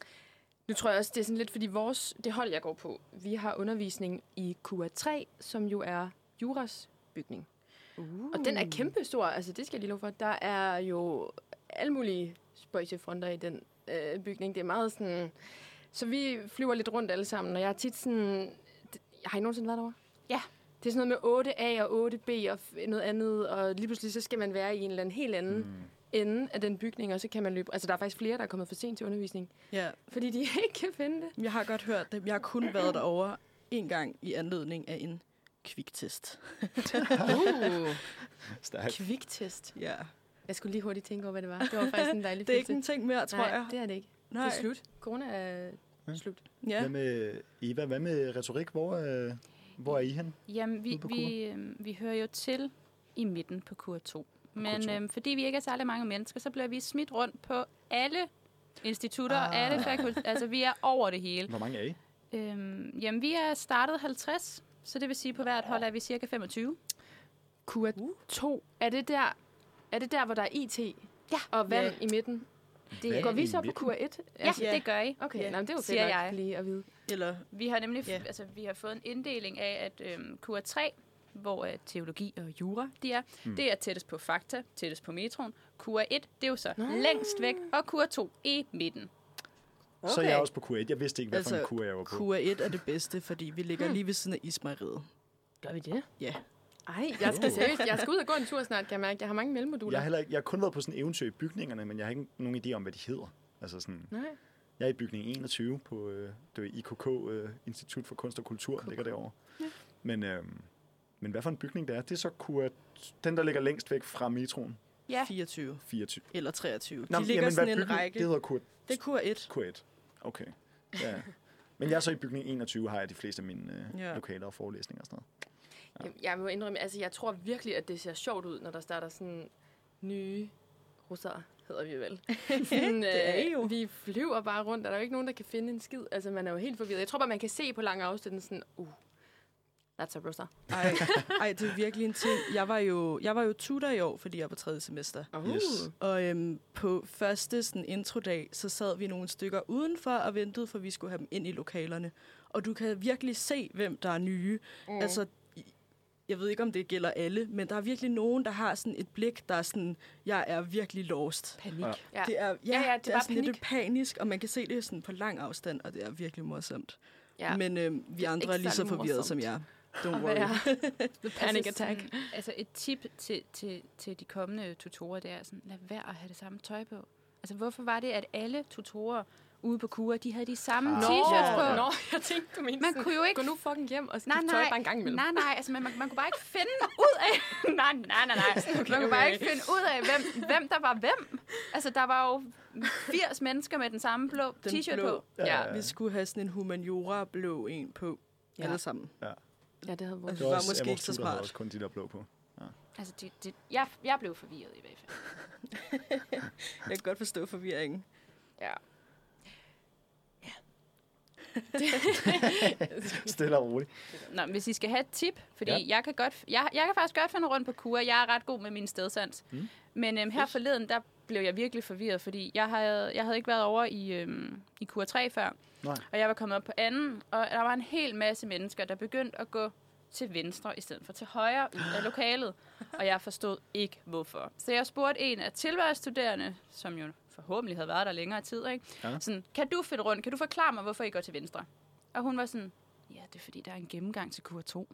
Speaker 2: nu tror jeg også, det er sådan lidt, fordi vores, det hold, jeg går på, vi har undervisning i QA3, som jo er juras bygning. Uh. Og den er kæmpestor, altså det skal jeg lige love for. Der er jo alle mulige spøjse fronter i den øh, bygning. Det er meget sådan... Så vi flyver lidt rundt alle sammen, og jeg er tit sådan... Har I nogensinde været derovre?
Speaker 4: Ja.
Speaker 2: Det er sådan noget med 8A og 8B og f- noget andet, og lige pludselig så skal man være i en eller anden helt anden mm. ende af den bygning, og så kan man løbe... Altså, der er faktisk flere, der er kommet for sent til undervisning,
Speaker 5: Ja.
Speaker 2: fordi de ikke kan finde det.
Speaker 5: Jeg har godt hørt det. Jeg har kun været derovre en gang i anledning af en kviktest.
Speaker 2: Uh.
Speaker 3: stærkt.
Speaker 2: Kviktest.
Speaker 5: Ja.
Speaker 2: Jeg skulle lige hurtigt tænke over, hvad det var. Det var faktisk en dejlig
Speaker 5: Det er ikke en
Speaker 2: kviktest.
Speaker 5: ting mere, tror
Speaker 2: Nej,
Speaker 5: jeg.
Speaker 2: det er det ikke.
Speaker 5: Nej.
Speaker 2: Det er slut. Corona er
Speaker 3: Ja.
Speaker 2: slut.
Speaker 5: Ja.
Speaker 3: Hvad med, Eva, hvad med retorik? Hvor, øh, hvor er I hen?
Speaker 4: Jamen,
Speaker 3: Ude
Speaker 4: vi,
Speaker 3: på KUA?
Speaker 4: vi, øhm, vi hører jo til i midten på kur 2. Men
Speaker 3: to.
Speaker 4: øhm, fordi vi ikke er særlig mange mennesker, så bliver vi smidt rundt på alle institutter og alle fakulteter. Altså, vi er over det hele.
Speaker 3: Hvor mange er I?
Speaker 4: Øhm, jamen, vi er startet 50, så det vil sige, på hvert hold er vi cirka 25.
Speaker 2: Kua 2. Er det der, er det der hvor der er IT
Speaker 4: Ja.
Speaker 2: og vand
Speaker 5: Ja.
Speaker 2: i midten?
Speaker 3: Vand
Speaker 2: Går vi
Speaker 3: i
Speaker 2: så på
Speaker 3: midten?
Speaker 2: Kua 1?
Speaker 4: Ja, ja. Altså, det gør I.
Speaker 2: Okay,
Speaker 5: Ja,
Speaker 2: ja. Jamen, det er jo fedt
Speaker 4: siger
Speaker 2: nok
Speaker 4: jeg.
Speaker 2: lige at vide.
Speaker 5: Eller
Speaker 4: Vi har nemlig
Speaker 5: Ja.
Speaker 4: yeah. altså, vi har fået en inddeling af, at øhm, KUR3, hvor øh, teologi og jura de er, mm. det er tættest på fakta, tættest på metroen. KUR1, det er jo så længst væk, og KUR2 i midten.
Speaker 3: Okay. Så er jeg også på Q1. Jeg vidste ikke, hvad for en
Speaker 5: Altså,
Speaker 3: kur jeg var på.
Speaker 5: KUA1 er det bedste, fordi vi ligger lige ved siden af Ismariet.
Speaker 2: Gør vi det?
Speaker 5: Ja.
Speaker 2: Ej, jeg skal
Speaker 3: Jo.
Speaker 2: seriøst. Jeg skal ud og gå en tur snart, kan jeg mærke. Jeg har mange mellemmoduler.
Speaker 3: Jeg har, heller ikke, jeg har kun været på sådan eventyr i bygningerne, men jeg har ikke nogen idé om, hvad de hedder. Altså sådan,
Speaker 2: Nej.
Speaker 3: jeg er i bygning 21 på øh, det var IKK, øh, Institut for Kunst og Kultur, der ligger derovre. Ja. Men, øh, men hvad for en bygning det er, det er så kur, den, der ligger længst væk fra metroen,
Speaker 4: Ja.
Speaker 5: 24
Speaker 3: 24.
Speaker 5: eller 23.
Speaker 3: Nå,
Speaker 5: de ligger
Speaker 3: jamen, hvad
Speaker 5: sådan en
Speaker 3: bygning-
Speaker 5: række.
Speaker 3: Det hedder kur,
Speaker 5: Det er KUA1.
Speaker 3: Q1. Okay. Ja. Men jeg er så i bygning 21, har jeg de fleste af mine øh,
Speaker 5: Ja.
Speaker 3: ja. lokaler og forelæsninger og sådan noget.
Speaker 2: Jamen, Jeg må indrømme, altså jeg tror virkelig, at det ser sjovt ud, når der starter sådan nye russere, hedder vi vel. sådan, øh,
Speaker 5: Det er jo.
Speaker 2: Vi flyver bare rundt, og der er jo ikke nogen, der kan finde en skid. Altså man er jo helt forvirret. Jeg tror bare, man kan se på lang afstand sådan, uh, that's a russer.
Speaker 5: Ej, ej, det er virkelig en ting. Jeg var jo, jeg var jo tutor i år, fordi jeg var tredje semester.
Speaker 2: Uh.
Speaker 3: Yes.
Speaker 5: Og øhm, på første sådan, introdag, så sad vi nogle stykker udenfor og ventede, for vi skulle have dem ind i lokalerne. Og du kan virkelig se, hvem der er nye. Mm. Altså, i- jeg ved ikke, om det gælder alle, men der er virkelig nogen, der har sådan et blik, der er sådan, jeg er virkelig lost.
Speaker 2: Panik.
Speaker 5: Ja. Det er, ja,
Speaker 2: ja, det er
Speaker 5: det er
Speaker 2: bare
Speaker 5: sådan lidt
Speaker 2: panik.
Speaker 5: panisk, og man kan se det sådan på lang afstand, og det er virkelig morsomt.
Speaker 2: Ja.
Speaker 5: Ja. Men øhm, vi andre er lige så
Speaker 2: særlig
Speaker 5: forvirrede som
Speaker 2: morsomt.
Speaker 5: jer. Don't
Speaker 2: Hvad
Speaker 5: worry.
Speaker 2: er The panic
Speaker 4: altså,
Speaker 2: attack.
Speaker 4: Sådan, altså et tip til, til, til de kommende tutorer, det er sådan, lad være at have det samme tøj på. Altså, hvorfor var det, at alle tutorer ude på KUA, de havde de samme
Speaker 3: Ah.
Speaker 4: t-shirts på?
Speaker 2: Nå, jeg tænkte, du mente
Speaker 4: Man
Speaker 2: sådan,
Speaker 4: kunne jo ikke
Speaker 2: gå nu fucking hjem og skifte
Speaker 4: Nej, nej.
Speaker 2: tøj bare en gang imellem.
Speaker 4: Nej, nej, altså man, man, man kunne bare ikke finde ud af... nej, nej, nej, nej. Man kunne bare
Speaker 2: okay.
Speaker 4: ikke finde ud af, hvem, hvem der var hvem. Altså, der var jo 80 mennesker med den samme blå
Speaker 5: Den
Speaker 4: t-shirt
Speaker 5: blå.
Speaker 4: på.
Speaker 2: Ja.
Speaker 5: Vi skulle have sådan en humaniora-blå en på.
Speaker 2: Ja.
Speaker 5: Ja. Alle sammen.
Speaker 2: Ja, det havde vores.
Speaker 5: Det var måske ikke så smart.
Speaker 3: også kun de der blå på.
Speaker 4: Altså, det, det, jeg, jeg blev forvirret i hvert fald.
Speaker 5: Jeg kan godt forstå forvirringen.
Speaker 4: Ja.
Speaker 3: Stille og roligt.
Speaker 4: Nå, men hvis I skal have et tip, fordi
Speaker 3: Ja.
Speaker 4: ja. jeg, kan godt, jeg, jeg kan faktisk godt finde rundt på kur. Jeg er ret god med min stedsans.
Speaker 3: Mm.
Speaker 4: Mm. Men øhm, her forleden, der blev jeg virkelig forvirret, fordi jeg havde, jeg havde ikke været over i, øhm, i kur 3 før.
Speaker 3: Nej.
Speaker 4: Og jeg var kommet op på anden, og der var en hel masse mennesker, der begyndte at gå til venstre i stedet for til højre ud af lokalet. Og jeg forstod ikke, hvorfor. Så jeg spurgte en af tilværelsesstuderende, som jo forhåbentlig havde været der længere tid, ikke?
Speaker 3: Ja.
Speaker 4: Ja. Sådan, kan du finde rundt? Kan du forklare mig, hvorfor I går til venstre? Og hun var sådan, ja, det er fordi, der er en gennemgang til kur 2.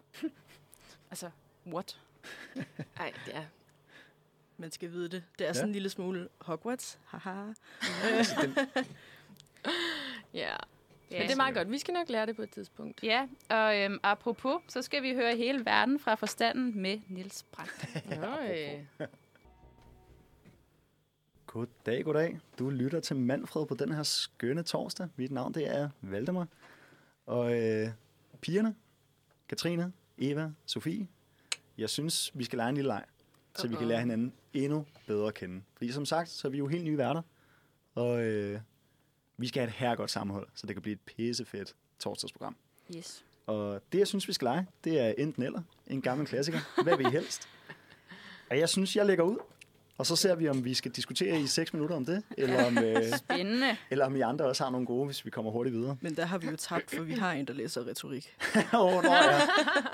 Speaker 4: altså, what?
Speaker 2: Nej, det er.
Speaker 5: Man skal vide det. Det er sådan en lille smule Hogwarts. Haha.
Speaker 2: Ja.
Speaker 4: Ja,
Speaker 2: Men det er meget godt. Vi skal nok lære det på et tidspunkt.
Speaker 4: ja og øhm, apropos, så skal vi høre hele verden fra forstanden med Nils Brandt.
Speaker 2: Nøj.
Speaker 3: Goddag, goddag. Du lytter til Manfred på den her skønne torsdag. Mit navn det er Valdemar. Og øh, pigerne, Katrine, Eva, Sofie, jeg synes, vi skal lege en lille leg, så uh-uh. vi kan lære hinanden endnu bedre at kende. Fordi som sagt, så er vi jo helt nye værter, og øh, vi skal have et herregodt sammenhold, så det kan blive et pissefedt torsdagsprogram.
Speaker 4: Yes.
Speaker 3: Og det, jeg synes, vi skal lege, det er enten eller. En gammel klassiker. Hvad vil I helst? Og jeg synes, jeg lægger ud. Og så ser vi, om vi skal diskutere i 6 minutter om det, eller om, øh,
Speaker 4: Spændende.
Speaker 3: eller om I andre også har nogle gode, hvis vi kommer hurtigt videre.
Speaker 5: Men der har vi jo tabt, for vi har en, der læser retorik.
Speaker 3: oh, nå, ja.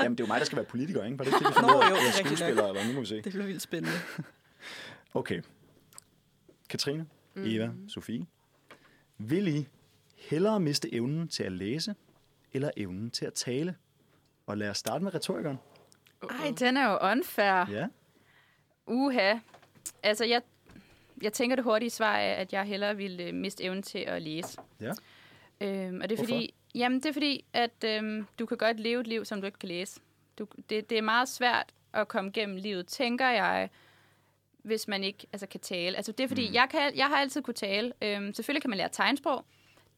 Speaker 3: Jamen, det er jo mig, der skal være politiker, ikke? Var det ikke det, vi
Speaker 5: Nå,
Speaker 3: fandt ud af?
Speaker 5: jo,
Speaker 3: Eller
Speaker 5: rigtig nok.
Speaker 3: skuespiller, eller nu må vi se.
Speaker 5: Det bliver vildt spændende.
Speaker 3: Okay. Katrine,
Speaker 5: Mm.
Speaker 3: Eva, Sofie. Vil I hellere miste evnen til at læse, eller evnen til at tale? Og lad os starte med retorikeren.
Speaker 4: Ej, den er jo unfair.
Speaker 3: Ja.
Speaker 4: Uha. Altså, jeg, jeg tænker det hurtige svar er, at jeg hellere ville øh, miste evnen til at læse.
Speaker 3: Ja.
Speaker 4: Øhm, og det
Speaker 3: Hvorfor?
Speaker 4: er fordi, jamen, det er fordi, at øhm, du kan godt leve et liv, som du ikke kan læse. Du, det, det er meget svært at komme gennem livet, tænker jeg, hvis man ikke altså, kan tale. Altså, det er fordi, mm. jeg, kan, al- jeg har altid kunne tale. Øhm, selvfølgelig kan man lære tegnsprog.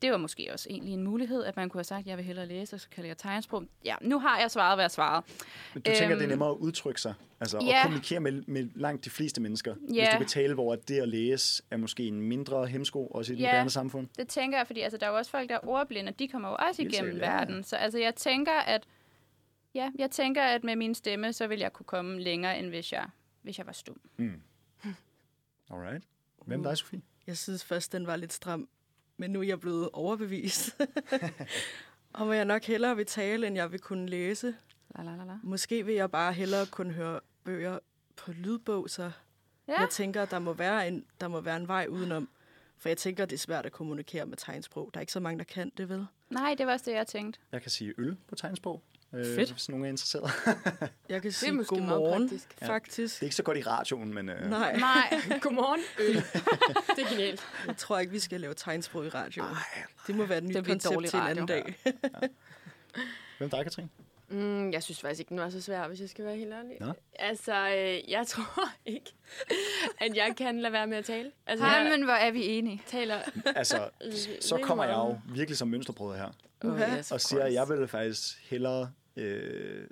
Speaker 4: Det var måske også egentlig en mulighed, at man kunne have sagt, at jeg vil hellere læse, og så kan jeg lære tegnsprog. Ja, nu har jeg svaret, hvad jeg svarede.
Speaker 3: Men du tænker,
Speaker 4: Øhm,
Speaker 3: det er nemmere at udtrykke sig, altså yeah.
Speaker 4: ja.
Speaker 3: at kommunikere med, med langt de fleste mennesker, yeah. hvis
Speaker 4: Ja.
Speaker 3: du kan tale, hvor at det at læse er måske en mindre hemsko, også i det
Speaker 4: Ja.
Speaker 3: moderne samfund.
Speaker 4: Det tænker jeg, fordi altså, der er jo også folk, der er ordblinde, og de kommer jo også
Speaker 3: Helt
Speaker 4: igennem
Speaker 3: sikkert, ja, ja.
Speaker 4: verden. Så altså, jeg tænker, at ja, jeg tænker, at med min stemme, så vil jeg kunne komme længere, end hvis jeg, hvis jeg var stum.
Speaker 3: Alright. Hvem
Speaker 4: Mm.
Speaker 3: er dig, Sofie?
Speaker 5: Jeg synes først, den var lidt stram, men nu er jeg blevet overbevist. Om at jeg nok hellere vil tale, end jeg vil kunne læse.
Speaker 4: La, la, la, la.
Speaker 5: Måske vil jeg bare hellere kunne høre bøger på lydbog, så
Speaker 4: Ja.
Speaker 5: jeg tænker, der må, være en, der må være en vej udenom. For jeg tænker, det er svært at kommunikere med tegnsprog. Der er ikke så mange, der kan det, vel?
Speaker 4: Nej, det var også det, jeg tænkte.
Speaker 3: Jeg kan sige øl på tegnsprog, øh,
Speaker 5: Fedt.
Speaker 3: hvis nogen er interesseret.
Speaker 5: Jeg kan sige
Speaker 2: måske meget
Speaker 5: godmorgen,
Speaker 2: praktisk.
Speaker 5: faktisk.
Speaker 3: Det er ikke så godt i radioen, men øh,
Speaker 5: Nej,
Speaker 4: Nej,
Speaker 2: Godmorgen, øl. Det er genialt.
Speaker 5: jeg tror ikke, vi skal lave tegnsprog i radioen. Det må være et nyt
Speaker 4: Det bliver en
Speaker 5: koncept
Speaker 4: dårlig
Speaker 5: til en anden
Speaker 4: radio.
Speaker 5: dag.
Speaker 3: hvem er dig, Katrine?
Speaker 2: Mm, jeg synes faktisk ikke, den var så svær, hvis jeg skal være helt ærlig.
Speaker 3: Nå.
Speaker 2: Altså, øh, jeg tror ikke, at jeg kan lade være med at tale. Altså,
Speaker 4: Hej,
Speaker 2: jeg
Speaker 4: men hvor er vi enige.
Speaker 2: taler...
Speaker 3: Altså, så
Speaker 2: rimelig
Speaker 3: kommer jeg
Speaker 2: meget.
Speaker 3: jo virkelig som mønsterbrød her,
Speaker 5: Uha.
Speaker 2: yes, of
Speaker 3: og siger, at jeg
Speaker 2: course.
Speaker 3: ville faktisk hellere øh,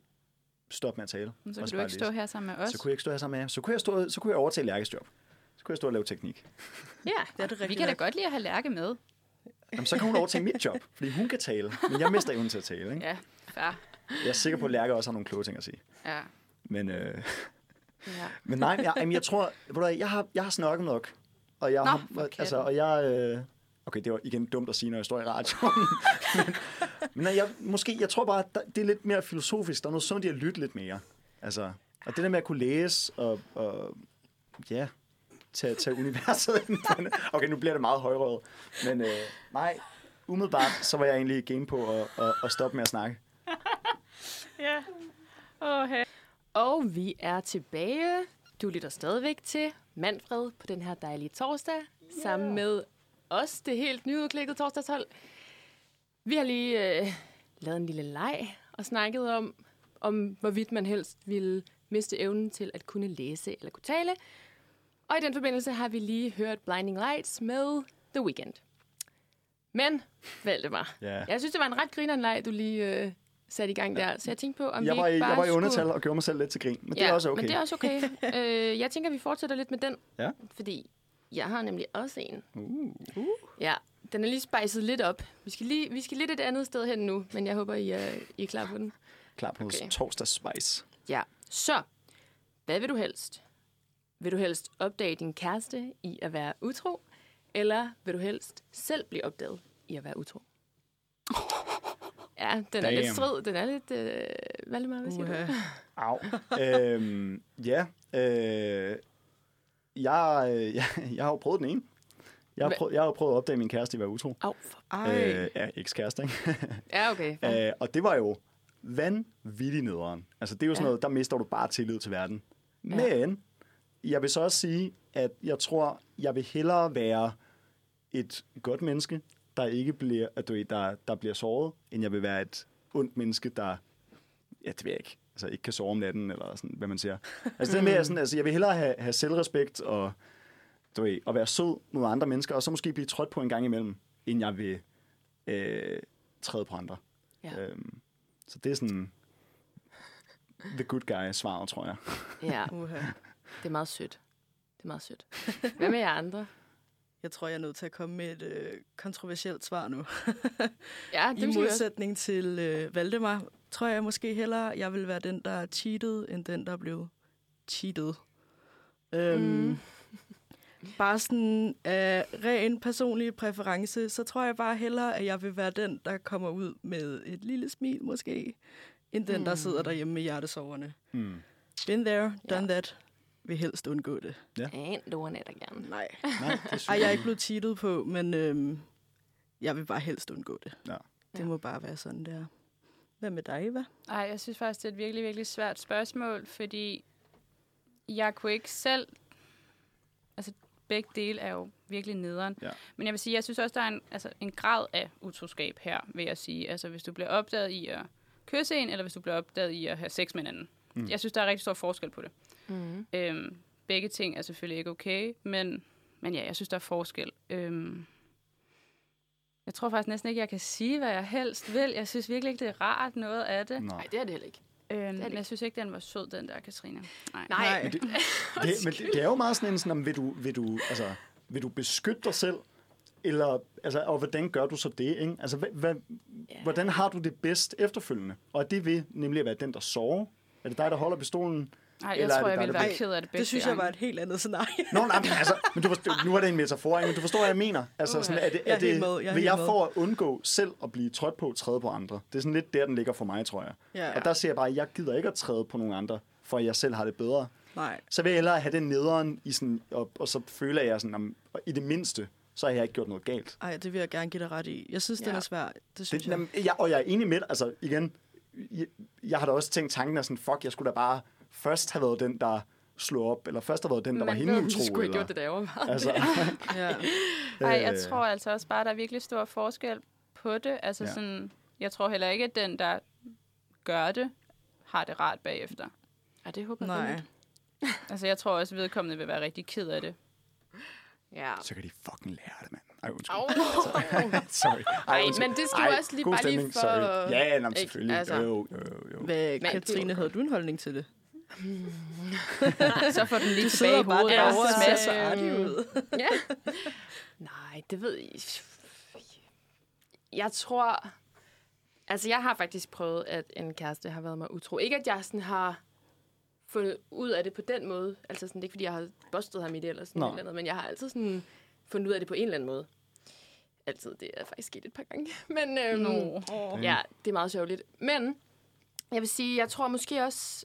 Speaker 3: stoppe med at tale.
Speaker 4: Men Så
Speaker 3: og
Speaker 4: kan
Speaker 3: så
Speaker 4: du
Speaker 3: bare
Speaker 4: ikke stå
Speaker 3: læse.
Speaker 4: her sammen med os.
Speaker 3: Så kunne jeg ikke stå her sammen med jer. Så kunne jeg, stå, så kunne jeg overtage Lærkes job. Så kunne jeg stå og lave teknik.
Speaker 4: Ja,
Speaker 5: Det er det
Speaker 4: vi
Speaker 5: rigtigt
Speaker 4: kan da
Speaker 5: nok.
Speaker 4: godt lide at have Lærke med.
Speaker 3: Jamen, så kan hun overtage mit job, fordi hun kan tale, men jeg mister evnen til at tale. Ikke?
Speaker 4: Ja, fair.
Speaker 3: Jeg er sikker på, at Lærke også har nogle kloge ting at sige.
Speaker 4: Ja.
Speaker 3: Men, øh,
Speaker 2: Ja.
Speaker 3: men nej, jeg, jamen, jeg tror, ved du hvad, jeg har, jeg har snakket nok. Og jeg,
Speaker 4: Nå,
Speaker 3: har,
Speaker 4: for katten.
Speaker 3: altså, og jeg, øh, okay, det var igen dumt at sige, når jeg står i radioen. men, men nej, jeg, måske, jeg tror bare, at der, det er lidt mere filosofisk. Der er noget sundt i at lytte lidt mere. Altså, og det der med at kunne læse og, og ja, tage, tage universet ind. på en- Okay, nu bliver det meget højrøvet. Men øh, nej, umiddelbart, så var jeg egentlig game på at, at, at stoppe med at snakke.
Speaker 2: Og vi er tilbage. Du lytter stadigvæk til Manfred på den her dejlige torsdag. sammen med os, det helt nyudklækkede torsdagshold. Vi har lige øh, lavet en lille leg og snakket om, om hvorvidt man helst ville miste evnen til at kunne læse eller kunne tale. Og i den forbindelse har vi lige hørt Blinding Lights med The Weeknd. Men, Valdemar,
Speaker 3: Ja.
Speaker 2: jeg synes, det var en ret grineren leg, du lige øh, satte i gang der. Så jeg tænkte på, om
Speaker 3: Jeg
Speaker 2: vi
Speaker 3: var, i,
Speaker 2: ikke bare
Speaker 3: jeg var i
Speaker 2: skulle...
Speaker 3: undertal og gjorde mig selv lidt til grin, men ja, det er også okay.
Speaker 2: Men det er også okay. øh, jeg tænker, vi fortsætter lidt med den.
Speaker 3: Ja.
Speaker 2: Fordi jeg har nemlig også en.
Speaker 3: Uh.
Speaker 2: Ja, den er lige spejset lidt op. Vi skal, lige, vi skal lidt et andet sted hen nu, men jeg håber, I er, I er klar på den.
Speaker 3: Klar på okay.
Speaker 2: Okay.
Speaker 3: torsdags spice.
Speaker 2: Ja. Så, hvad vil du helst? Vil du helst opdage din kæreste i at være utro? Eller vil du helst selv blive opdaget i at være utro? Ja, den er lidt
Speaker 3: Damn.
Speaker 2: strid. Den er lidt... Øh, Valdemar, hvad siger du?
Speaker 3: Au. øhm, ja. Øh, jeg, øh, jeg, jeg har jo prøvet den ene. Jeg har,
Speaker 2: Hva-
Speaker 3: prøvet, jeg har jo prøvet at opdage min kæreste i at være utro.
Speaker 2: Au, for...
Speaker 5: Ej.
Speaker 3: Øh, ja, ekskæreste, ikke?
Speaker 2: Ja, okay.
Speaker 3: Øh, og det var jo vanvittigt nederen. Altså, det er jo sådan
Speaker 2: Ja.
Speaker 3: noget, der mister du bare tillid til verden. Men jeg vil så også sige, at jeg tror, jeg vil hellere være et godt menneske, der ikke bliver, at du ved, der, der bliver såret, end jeg vil være et ondt menneske, der ja, det ved jeg ikke, altså ikke kan sove om natten, eller sådan, hvad man siger. Altså det med, at sådan, altså, jeg vil hellere have, have selvrespekt, og du ved, at være sød mod andre mennesker, og så måske blive trådt på en gang imellem, end jeg vil øh, træde på andre.
Speaker 2: Ja.
Speaker 3: Øhm, så det er sådan the good guy svaret, tror jeg.
Speaker 2: Ja,
Speaker 5: Uha.
Speaker 2: det er meget sødt. Det er meget sødt. Hvad med jer andre?
Speaker 5: Jeg tror, jeg er nødt til at komme med et øh, kontroversielt svar nu.
Speaker 2: Ja,
Speaker 5: I
Speaker 2: det skal vi også.
Speaker 5: modsætning til øh, Valdemar, tror jeg måske hellere, jeg vil være den, der cheatede, end den, der blev cheatet. Øhm, mm. Bare sådan af ren personlig præference, så tror jeg bare hellere, at jeg vil være den, der kommer ud med et lille smil måske, end den, der sidder derhjemme med hjertesoverne.
Speaker 3: Mm.
Speaker 5: Been there, done that. Vil helst undgå det.
Speaker 2: And the one der gerne.
Speaker 5: Nej.
Speaker 3: Nej, det synes
Speaker 5: Ej, jeg er ikke blevet cheatet på, men øhm, jeg vil bare helst undgå det.
Speaker 3: Ja.
Speaker 5: Det
Speaker 2: Ja.
Speaker 5: må bare være sådan der. Hvad med dig, Eva?
Speaker 4: Nej, jeg synes faktisk, det er et virkelig, virkelig svært spørgsmål, fordi jeg kunne ikke selv... Altså, begge dele er jo virkelig nederen.
Speaker 3: Ja.
Speaker 4: Men jeg vil sige, jeg synes også, der er en, altså, en grad af utroskab her, vil jeg sige. Altså, hvis du bliver opdaget i at kysse en, eller hvis du bliver opdaget i at have sex med en anden. Mm. Jeg synes, der er rigtig stor forskel på det.
Speaker 2: Mm.
Speaker 4: Øhm, begge ting er selvfølgelig ikke okay, men, men ja, jeg synes, der er forskel. Øhm, jeg tror faktisk næsten ikke, jeg kan sige, hvad jeg helst vil. Jeg synes virkelig ikke, det er rart noget af det.
Speaker 3: Nej.
Speaker 2: Nej, det er det heller ikke.
Speaker 4: Øhm,
Speaker 2: det
Speaker 4: men
Speaker 2: ikke.
Speaker 4: jeg synes ikke, den var sød, den der, Katrine. Nej.
Speaker 5: Nej.
Speaker 3: Men det, det, men det, det er jo meget sådan en sådan, om, vil du, vil du, altså, vil du beskytte dig selv? Eller, altså, og hvordan gør du så det? Ikke? Altså, hvad, hvad, hvordan har du det bedst efterfølgende? Og er det ved nemlig at være den, der sover? Er det dig, der holder pistolen?
Speaker 4: Nej, jeg
Speaker 3: Eller er
Speaker 4: tror,
Speaker 3: det
Speaker 4: jeg
Speaker 3: dig,
Speaker 4: ville
Speaker 3: der
Speaker 4: være
Speaker 5: bliver-
Speaker 4: ked af det begge
Speaker 5: Det synes jeg
Speaker 4: gange.
Speaker 5: var et helt andet scenarie.
Speaker 3: Nå, nej, men altså, men du forstår, nu er det en metafor, ikke? men du forstår, hvad jeg mener. Altså, sådan, er det,
Speaker 5: Jeg
Speaker 3: er
Speaker 5: er helt
Speaker 3: det,
Speaker 5: med, jeg er
Speaker 3: vil
Speaker 5: helt
Speaker 3: jeg
Speaker 5: med.
Speaker 3: for at undgå selv at blive trådt på, træde på andre? Det er sådan lidt der, den ligger for mig, tror jeg.
Speaker 5: Ja.
Speaker 3: Og der ser jeg bare, at jeg gider ikke at træde på nogen andre, for jeg selv har det bedre.
Speaker 5: Nej.
Speaker 3: så vil jeg hellere have den nederen, i sådan, og, og så føler jeg sådan, om, og i det mindste, så har jeg ikke gjort noget galt.
Speaker 5: Ej, det vil jeg gerne give dig ret i. Jeg synes, ja. den
Speaker 2: Ja.
Speaker 5: er svær. Det synes
Speaker 3: Det,
Speaker 5: det, jeg.
Speaker 3: jamen, jeg, og jeg er enig med dig, altså igen, jeg, jeg har da også tænkt tanken af sådan, fuck, jeg skulle da bare først have været den, der slog op, eller først have været den, der var
Speaker 2: Man
Speaker 3: hende
Speaker 2: ved, vi
Speaker 3: utro.
Speaker 2: skulle have
Speaker 3: Eller,
Speaker 2: gjort det der overvejede.
Speaker 3: altså,
Speaker 5: Ja.
Speaker 4: Nej,
Speaker 3: øh,
Speaker 4: jeg tror altså også bare, der er virkelig stor forskel på det. Altså
Speaker 3: Ja.
Speaker 4: ja. sådan, jeg tror heller ikke, at den, der gør det, har det rart bagefter.
Speaker 2: Ja, det håber jeg
Speaker 5: Nej.
Speaker 2: fandme.
Speaker 4: Altså, jeg tror også, at vedkommende vil være rigtig ked af det.
Speaker 2: Ja.
Speaker 3: Så kan de fucking lære det, mand. Ej, undskyld.
Speaker 2: Au.
Speaker 3: Sorry.
Speaker 2: Ej,
Speaker 3: undskyld.
Speaker 2: men det skal jo også lige-
Speaker 3: god
Speaker 2: bare lige for-
Speaker 3: Sorry. Ja, nå, men
Speaker 2: Ikke?
Speaker 3: selvfølgelig.
Speaker 2: Altså.
Speaker 3: Altså. Jo, jo, jo, jo.
Speaker 5: Hvad,
Speaker 2: Men-
Speaker 5: Katrine, havde du en holdning til det?
Speaker 4: Så får den lige tilbage i
Speaker 5: Du sidder bare
Speaker 4: hovedet.
Speaker 2: derovre
Speaker 5: derovre
Speaker 2: og
Speaker 5: og
Speaker 2: ser
Speaker 5: ser
Speaker 2: så
Speaker 5: så
Speaker 2: artig
Speaker 5: ud.
Speaker 2: ja. Nej, det ved jeg. Jeg tror... Altså, jeg har faktisk prøvet, at en kæreste har været mig utro. Ikke, at jeg sådan har fundet ud af det på den måde. Altså, sådan, det er ikke, fordi jeg har bustet ham i det eller sådan
Speaker 3: Nej.
Speaker 2: noget andet, men jeg har altid sådan fundet ud af det på en eller anden måde. Altid. Det er faktisk sket et par gange. Men, øhm,
Speaker 4: Nå.
Speaker 2: Ja, det er meget sørgeligt. Men jeg vil sige, jeg tror måske også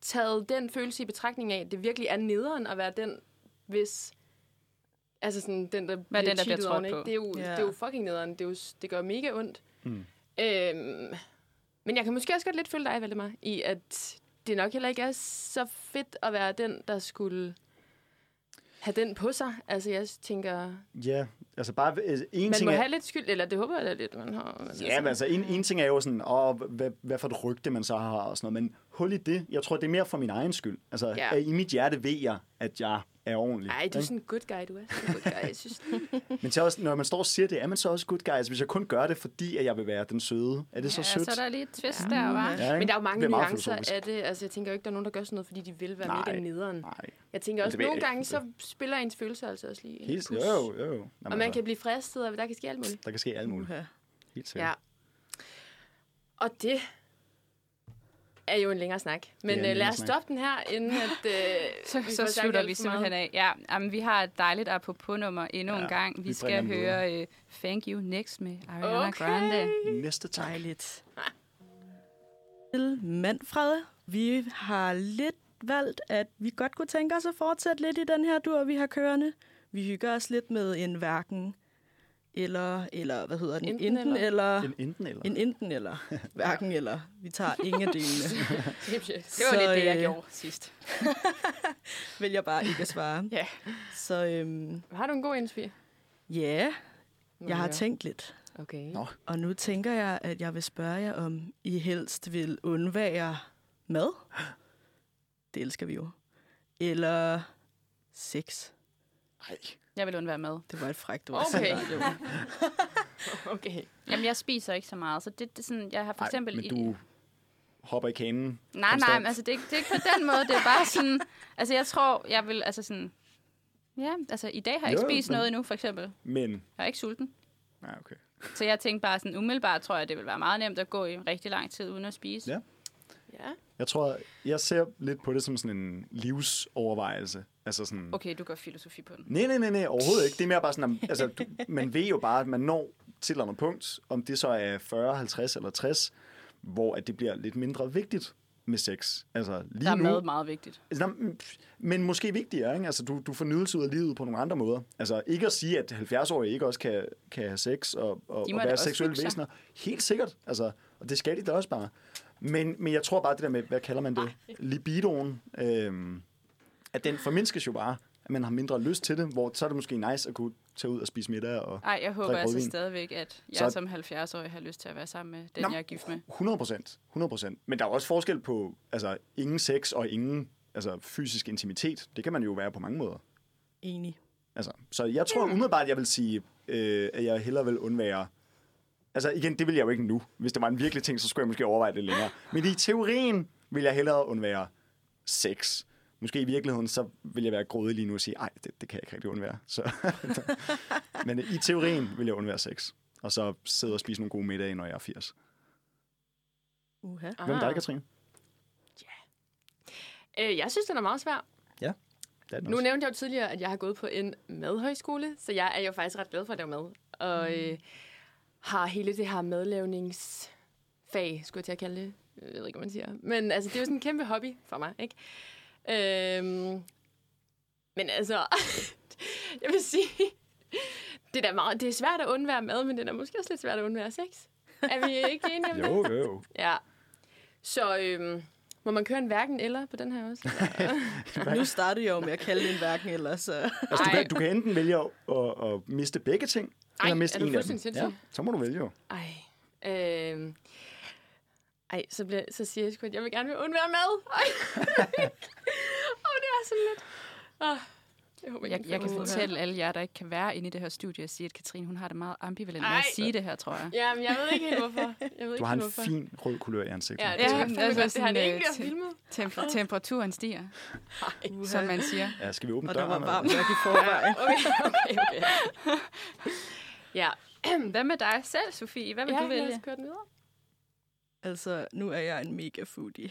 Speaker 2: taget den følelse i betragtning af, at det virkelig er nederen at være den, hvis... Altså sådan, den der
Speaker 4: Være den, der bliver
Speaker 2: cheatet
Speaker 4: trådt
Speaker 2: oven, ikke?
Speaker 4: på.
Speaker 2: Det er, jo,
Speaker 5: Ja.
Speaker 2: det er jo fucking nederen. Det, er jo, s- det gør mega ondt. Mm. Øhm, men jeg kan måske også godt lidt følge dig, Valdemar, i at det nok heller ikke er så fedt at være den, der skulle have den på sig. Altså, jeg tænker,
Speaker 3: Ja, altså bare øh, en
Speaker 2: man
Speaker 3: ting
Speaker 2: må
Speaker 3: er,
Speaker 2: have lidt skyld, eller det håber jeg da lidt, man har. Men
Speaker 3: Ja, men altså en, en ting er jo sådan, åh, hvad, hvad for et rygte man så har og sådan noget, men hul i det, jeg tror, det er mere for min egen skyld. Altså,
Speaker 2: Ja.
Speaker 3: ja. i mit hjerte ved jeg, at jeg er ordentlig.
Speaker 2: Ej, du er
Speaker 3: ikke?
Speaker 2: sådan en good guy, du er. Sådan en good guy. Jeg synes,
Speaker 3: Men så også, når man står og siger det, er man så også good guy? Altså, hvis jeg kun gør det, fordi at jeg vil være den søde, er det så
Speaker 4: Ja,
Speaker 3: sødt?
Speaker 4: så er der lige et twist ja. der, var.
Speaker 3: ikke?
Speaker 2: Men der er jo mange
Speaker 3: Det meget
Speaker 2: nuancer
Speaker 3: filosofisk.
Speaker 2: af det. Altså, jeg tænker jo ikke, der er nogen, der gør sådan noget, fordi de vil være
Speaker 3: Nej.
Speaker 2: mega nederen.
Speaker 3: Nej,
Speaker 2: Jeg tænker også,
Speaker 3: ved jeg
Speaker 2: nogle
Speaker 3: ikke.
Speaker 2: gange, så spiller ens følelser altså også lige en
Speaker 3: helt,
Speaker 2: pus.
Speaker 3: jo, jo. Jamen,
Speaker 2: Og man
Speaker 3: altså,
Speaker 2: kan blive fristet, og der kan ske alt muligt.
Speaker 3: Der kan ske alt muligt.
Speaker 5: Uha.
Speaker 3: Helt sikkert.
Speaker 2: Ja. Og det er jo en længere snak.
Speaker 3: Det er
Speaker 2: Men
Speaker 3: en
Speaker 2: øh, lad
Speaker 3: længere
Speaker 2: os
Speaker 3: snak.
Speaker 2: stoppe den her, inden at... Øh,
Speaker 4: Så,
Speaker 2: får
Speaker 4: så
Speaker 2: sagt
Speaker 4: slutter
Speaker 2: alt
Speaker 4: vi
Speaker 2: for meget.
Speaker 4: simpelthen af. Ja, jamen, vi har et dejligt apropos-nummer endnu ja, en
Speaker 3: Ja,
Speaker 4: gang. Vi,
Speaker 3: vi bringer
Speaker 4: skal
Speaker 3: den
Speaker 4: høre uh, Thank You Next med Ariana
Speaker 2: Okay.
Speaker 4: Grande.
Speaker 3: Næste tak.
Speaker 5: Dejligt. Til Manfred. Vi har lidt valgt, at vi godt kunne tænke os at fortsætte lidt i den her dur, vi har kørende. Vi hygger os lidt med en hverken eller, eller hvad hedder den?
Speaker 2: Enten
Speaker 5: Enten,
Speaker 2: eller.
Speaker 5: eller.
Speaker 3: En enten eller.
Speaker 5: En enten eller. Hverken eller. Vi tager ingen af delene.
Speaker 4: Det var
Speaker 5: Så,
Speaker 4: lidt det, jeg
Speaker 5: øh,
Speaker 4: gjorde sidst.
Speaker 5: Vil jeg bare ikke at svare.
Speaker 4: Ja.
Speaker 5: Så øhm,
Speaker 2: Har du en god indspil?
Speaker 5: ja, jeg har tænkt lidt.
Speaker 2: Okay.
Speaker 3: Nå.
Speaker 5: Og nu tænker jeg, at jeg vil spørge jer, om I helst vil undvære mad. Det elsker vi jo. Eller sex.
Speaker 3: Nej.
Speaker 4: Jeg vil undvære med.
Speaker 5: Det var et frækt ord.
Speaker 2: Okay.
Speaker 5: Jo.
Speaker 2: okay.
Speaker 4: Jamen, jeg spiser ikke så meget, så det, det er sådan, jeg har for
Speaker 3: Ej,
Speaker 4: eksempel...
Speaker 3: men
Speaker 4: i-
Speaker 3: du hopper i kanen.
Speaker 4: Nej, nej,
Speaker 3: konstant.
Speaker 4: men altså, det, er ikke- det er ikke på den måde. Det er bare sådan... Altså, jeg tror, jeg vil... Altså, sådan... Ja, altså, i dag har jeg ikke
Speaker 3: Jo,
Speaker 4: spist
Speaker 3: men-
Speaker 4: noget endnu, for eksempel.
Speaker 3: Men,
Speaker 4: Jeg er ikke sulten.
Speaker 3: nej, okay.
Speaker 4: Så jeg tænkte bare sådan, umiddelbart tror jeg, det vil være meget nemt at gå i rigtig lang tid uden at spise.
Speaker 3: Ja.
Speaker 2: Ja.
Speaker 3: Jeg tror, jeg ser lidt på det som sådan en livsovervejelse. Altså sådan...
Speaker 4: Okay, du går filosofi på den.
Speaker 3: Nej, nej, nej, nej, overhovedet ikke. Det er mere bare sådan, om- altså, du, man ved jo bare, at man når til et eller andet punkt, om det så er 40, 50 eller 60, hvor at det bliver lidt mindre vigtigt med sex. Altså lige
Speaker 4: Der er
Speaker 3: nu,
Speaker 4: mad meget vigtigt.
Speaker 3: Altså, der- mm, pff, men måske vigtigere, ikke? Altså, du, du får nydelse ud af livet på nogle andre måder. Altså, ikke at sige, at 70-årige ikke også kan, kan have sex og, og,
Speaker 4: De
Speaker 3: og
Speaker 4: må da
Speaker 3: være
Speaker 4: også
Speaker 3: seksuelle
Speaker 4: hygge sig.
Speaker 3: væsener. Helt sikkert. Altså, og det skal de da også bare. Men, men jeg tror bare, det der med, hvad kalder man det?
Speaker 4: Ah.
Speaker 3: Libidoen. Øhm, at den formindskes jo bare, at man har mindre lyst til det, hvor så er det måske nice at kunne tage ud og spise middag. Og,
Speaker 4: Ej, jeg håber
Speaker 3: Drik
Speaker 4: altså
Speaker 3: rødvin.
Speaker 4: stadigvæk, at jeg
Speaker 3: Så-
Speaker 4: som 70-årig har lyst til at være sammen med den,
Speaker 3: Nå.
Speaker 4: jeg er gift med.
Speaker 3: 100 procent. 100 procent. Men der er også forskel på altså, ingen sex og ingen altså, fysisk intimitet. Det kan man jo være på mange måder.
Speaker 5: Enig.
Speaker 3: Altså, så jeg tror umiddelbart, jeg vil sige, øh, at jeg hellere vil undvære... Altså igen, det vil jeg jo ikke nu. Hvis det var en virkelig ting, så skulle jeg måske overveje det længere. Men i teorien vil jeg hellere undvære sex. Måske i virkeligheden, så vil jeg være grådig lige nu og sige, nej, det, det kan jeg ikke rigtig undvære. Så. Men øh, i teorien vil jeg undvære sex. Og så sidde og spise nogle gode middage, når jeg er 80.
Speaker 5: Uha.
Speaker 3: Hvem er dig, Katrine?
Speaker 2: Øh, jeg synes, den er meget svær.
Speaker 3: Det er den
Speaker 2: Nu
Speaker 3: også.
Speaker 2: nævnte jeg jo tidligere, at jeg har gået på en madhøjskole, så jeg er jo faktisk ret glad for at lave mad. Og
Speaker 3: Mm.
Speaker 2: øh, har hele det her madlavningsfag, skulle jeg til at kalde det. Jeg ved ikke, hvad man siger. Men altså, det er jo sådan en kæmpe hobby for mig, ikke? Øhm, men altså, jeg vil sige, det er, da meget, det er svært at undvære mad, men det er da måske også lidt svært at undvære sex. Er vi ikke enige om det?
Speaker 3: Jo, jo, jo.
Speaker 2: Ja. Så øhm, må man køre en hverken eller på den her også?
Speaker 5: Nu startede jeg jo med at kalde det en hverken eller, så...
Speaker 3: Altså, du,
Speaker 2: Ej.
Speaker 3: kan, du kan enten vælge at, at, at miste begge ting,
Speaker 2: Ej,
Speaker 3: eller miste
Speaker 2: er du
Speaker 3: en af dem.
Speaker 2: fuldstændig sindssyg?
Speaker 3: Ja, så må du vælge jo.
Speaker 2: Ej. Øhm. Ej, så, bliver, så siger jeg sgu, at jeg vil gerne vil undvære mad. Ej. Åh, det er sådan lidt... Oh, jeg, håber,
Speaker 4: Jeg,
Speaker 2: ikke
Speaker 4: jeg kan
Speaker 2: får-
Speaker 4: fortælle alle jer, der ikke kan være inde i det her studie, at sige, at Katrine hun har det meget ambivalent med
Speaker 2: Ej.
Speaker 4: at sige det her, tror jeg.
Speaker 2: Jamen, jeg ved ikke helt, hvorfor. Jeg ved
Speaker 3: Du
Speaker 2: ikke
Speaker 3: har
Speaker 2: helt,
Speaker 3: en
Speaker 2: hvorfor.
Speaker 3: fin rød kulør i ansigtet.
Speaker 2: Ja, det,
Speaker 4: Ja,
Speaker 2: ja,
Speaker 4: men
Speaker 2: jeg
Speaker 4: altså
Speaker 2: altså, godt. det har det
Speaker 4: sådan,
Speaker 2: ikke
Speaker 4: øh,
Speaker 2: bliver filmet.
Speaker 4: Temper- temperaturen stiger,
Speaker 2: Ej.
Speaker 4: som man siger.
Speaker 3: Ja, skal vi åbne
Speaker 5: Og der
Speaker 3: døren?
Speaker 5: var
Speaker 3: eller-
Speaker 5: varmt nok i forvejen.
Speaker 2: Okay, okay, okay. Ja,
Speaker 4: Hvad med dig selv, Sofie? Hvad vil
Speaker 2: ja
Speaker 4: du
Speaker 2: lad
Speaker 4: vælge?
Speaker 2: os køre den videre.
Speaker 5: Altså, nu er jeg en mega foodie.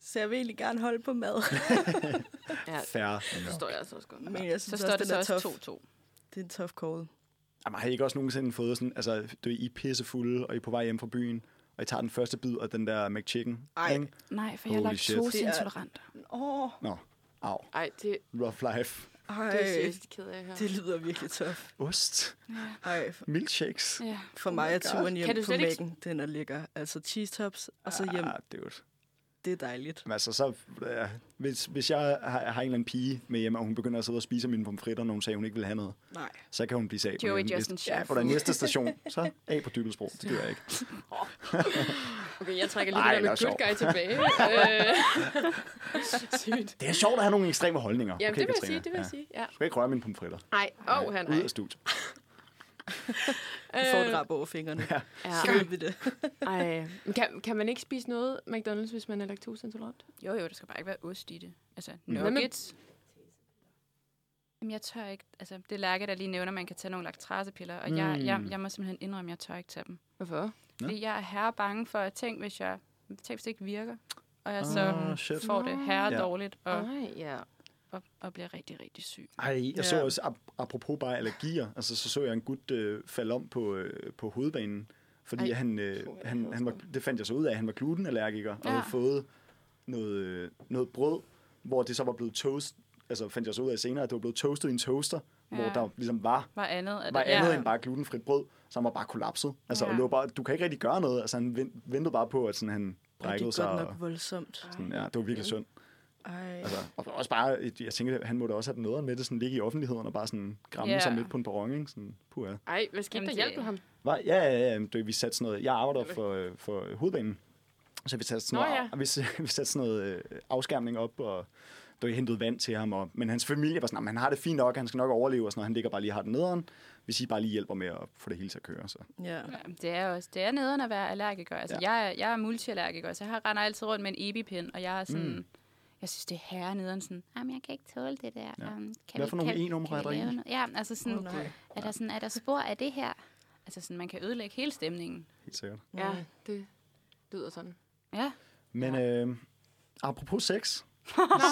Speaker 5: så jeg vil egentlig gerne holde på mad.
Speaker 2: Ja,
Speaker 3: Færre.
Speaker 2: det står jeg altså også godt.
Speaker 5: Men jeg synes
Speaker 4: Så står det så
Speaker 5: også,
Speaker 4: også
Speaker 5: den er tough.
Speaker 4: 2-2.
Speaker 5: Det er en tough call.
Speaker 3: Jamen, har I ikke også nogensinde fået sådan, altså, du er I er pissefulde, og I er på vej hjem fra byen, og I tager den første bid af den der McChicken?
Speaker 5: Ej.
Speaker 3: ikke?
Speaker 4: Nej, for jeg er
Speaker 3: Holy
Speaker 4: laktoseintolerant.
Speaker 5: Åh, oh,
Speaker 3: Nå, au.
Speaker 2: Ej, det,
Speaker 3: Rough life.
Speaker 5: ej,
Speaker 2: det er seriøst ked af her.
Speaker 5: det lyder virkelig tough.
Speaker 3: Ost.
Speaker 5: Ej,
Speaker 3: Milkshakes.
Speaker 4: Ja.
Speaker 5: For mig er turen hjem
Speaker 2: Kan du
Speaker 5: på
Speaker 2: slet ikke-
Speaker 5: Mækken, den er ligger. Altså cheese tops, og så hjem.
Speaker 3: Ah, dude.
Speaker 5: det er dejligt.
Speaker 3: Men altså, så, øh, hvis, hvis jeg har, har en eller anden pige med hjemme, og hun begynder at sidde og spise af mine pomfritter, når hun sagde, hun ikke ville have noget,
Speaker 5: Nej.
Speaker 3: så kan hun blive sag. på
Speaker 4: Joey
Speaker 3: den
Speaker 4: Justin
Speaker 3: næste- Ja,
Speaker 4: Chef.
Speaker 3: på den næste station, så af på Dybelsbro. Det gør jeg ikke.
Speaker 2: Okay, jeg trækker
Speaker 3: Ej,
Speaker 2: lige det
Speaker 3: det
Speaker 2: der
Speaker 3: var
Speaker 2: med good
Speaker 3: sjovt.
Speaker 2: guy tilbage. Øh, Sygt.
Speaker 3: Det er sjovt at have nogle ekstreme holdninger.
Speaker 2: Jamen, det vil jeg
Speaker 3: Katrine?
Speaker 2: sige, det vil jeg sige. Ja.
Speaker 3: Du skal ikke røre mine pomfritter.
Speaker 2: Nej, åh, oh, han
Speaker 3: Ud af studiet.
Speaker 5: Du får
Speaker 2: Øh.
Speaker 5: et rap over fingrene. Ja. Så ved vi det.
Speaker 2: Ej, men kan, kan man ikke spise noget McDonald's, hvis man er laktoseintolerant?
Speaker 4: Jo, jo, der skal bare ikke være ost i det. Altså,
Speaker 2: Hvad med-
Speaker 4: nuggets. Jamen, jeg tør ikke. Altså, det er Lærke, der lige nævner, at man kan tage nogle laktrasepiller, og jeg, jeg,
Speaker 3: Mm.
Speaker 4: jeg må simpelthen indrømme, at jeg tør ikke tage dem.
Speaker 2: Hvorfor?
Speaker 4: Fordi jeg er herre bange for at tænke, hvis jeg tænk, hvis det ikke virker, og jeg
Speaker 3: Ah,
Speaker 4: så
Speaker 3: shit.
Speaker 4: får det herre
Speaker 3: Ja.
Speaker 4: dårligt og,
Speaker 2: Nej, ja.
Speaker 4: og, og bliver rigtig, rigtig syg.
Speaker 3: Ej, jeg
Speaker 5: Ja.
Speaker 3: så også, ap- apropos bare allergier, altså så så jeg en gut øh, falde om på, øh, på hovedbanen, fordi
Speaker 2: Ej.
Speaker 3: han, øh,
Speaker 2: Puh, jeg
Speaker 3: han,
Speaker 2: hader
Speaker 3: han var, det fandt jeg så ud af, at han var glutenallergiker, ja. og
Speaker 4: Ja.
Speaker 3: havde fået noget, øh, noget brød, hvor det så var blevet toast, altså fandt jeg så ud af senere, at det var blevet toastet i en toaster, ja. hvor
Speaker 4: Ja.
Speaker 3: der ligesom var,
Speaker 4: Var andet. at-
Speaker 3: var
Speaker 4: ja.
Speaker 3: andet end bare glutenfrit brød, så han var bare kollapset. Altså,
Speaker 4: Ja.
Speaker 3: ja. lå bare, du kan ikke rigtig gøre noget, altså han ven- ventede bare på, at sådan, han
Speaker 5: Og det
Speaker 3: brækkede
Speaker 5: er
Speaker 3: sig.
Speaker 5: godt
Speaker 3: Og,
Speaker 5: nok voldsomt.
Speaker 3: sådan, ja, det var virkelig synd.
Speaker 5: Ej.
Speaker 3: Altså, og også bare, et- jeg tænker, han må da også have noget med det, sådan ligge i offentligheden og bare sådan gramme
Speaker 4: Ja.
Speaker 3: yeah. sig midt på en perron, ikke? Sådan, puha.
Speaker 2: Ej, hvad skete
Speaker 4: Jamen,
Speaker 2: der?
Speaker 4: det-
Speaker 2: Hjalp du ham?
Speaker 3: Var, ja, ja, ja, men du, ved, vi satte sådan noget, jeg arbejder for, øh, for øh, hovedbanen, så vi satte sådan
Speaker 2: Nå,
Speaker 3: noget,
Speaker 2: ja.
Speaker 3: vi, s- vi satte sådan noget øh, afskærmning op, og du ved, hentede vand til ham, og, men hans familie var sådan, "Nå, men han har det fint nok, han skal nok overleve, og sådan noget. han ligger bare lige og har den nederen, hvis I bare lige hjælper med at få det hele til at køre. Så.
Speaker 5: Ja.
Speaker 4: Jamen, Det er også det er nederen at være allergiker. Altså, ja. jeg, er, jeg er multiallergiker, så jeg render altid rundt med en E epipen, og jeg er sådan... Mm. Jeg synes, det er herre nederen sådan, jamen, jeg kan ikke tåle det der. Ja. Um, kan
Speaker 3: Hvad
Speaker 4: vi-
Speaker 3: for nogle
Speaker 4: kan-
Speaker 3: E-numre
Speaker 4: kan
Speaker 3: er
Speaker 4: vi
Speaker 3: der i?
Speaker 4: lave noget?" Ja, altså sådan,
Speaker 5: Åh,
Speaker 4: oh,
Speaker 5: nej.
Speaker 4: er, der sådan, er der spor af det her? Altså sådan, man kan ødelægge hele stemningen. Mm.
Speaker 3: Helt sikkert.
Speaker 2: Ja, det lyder sådan.
Speaker 4: Ja,
Speaker 3: Men øh, apropos sex, så,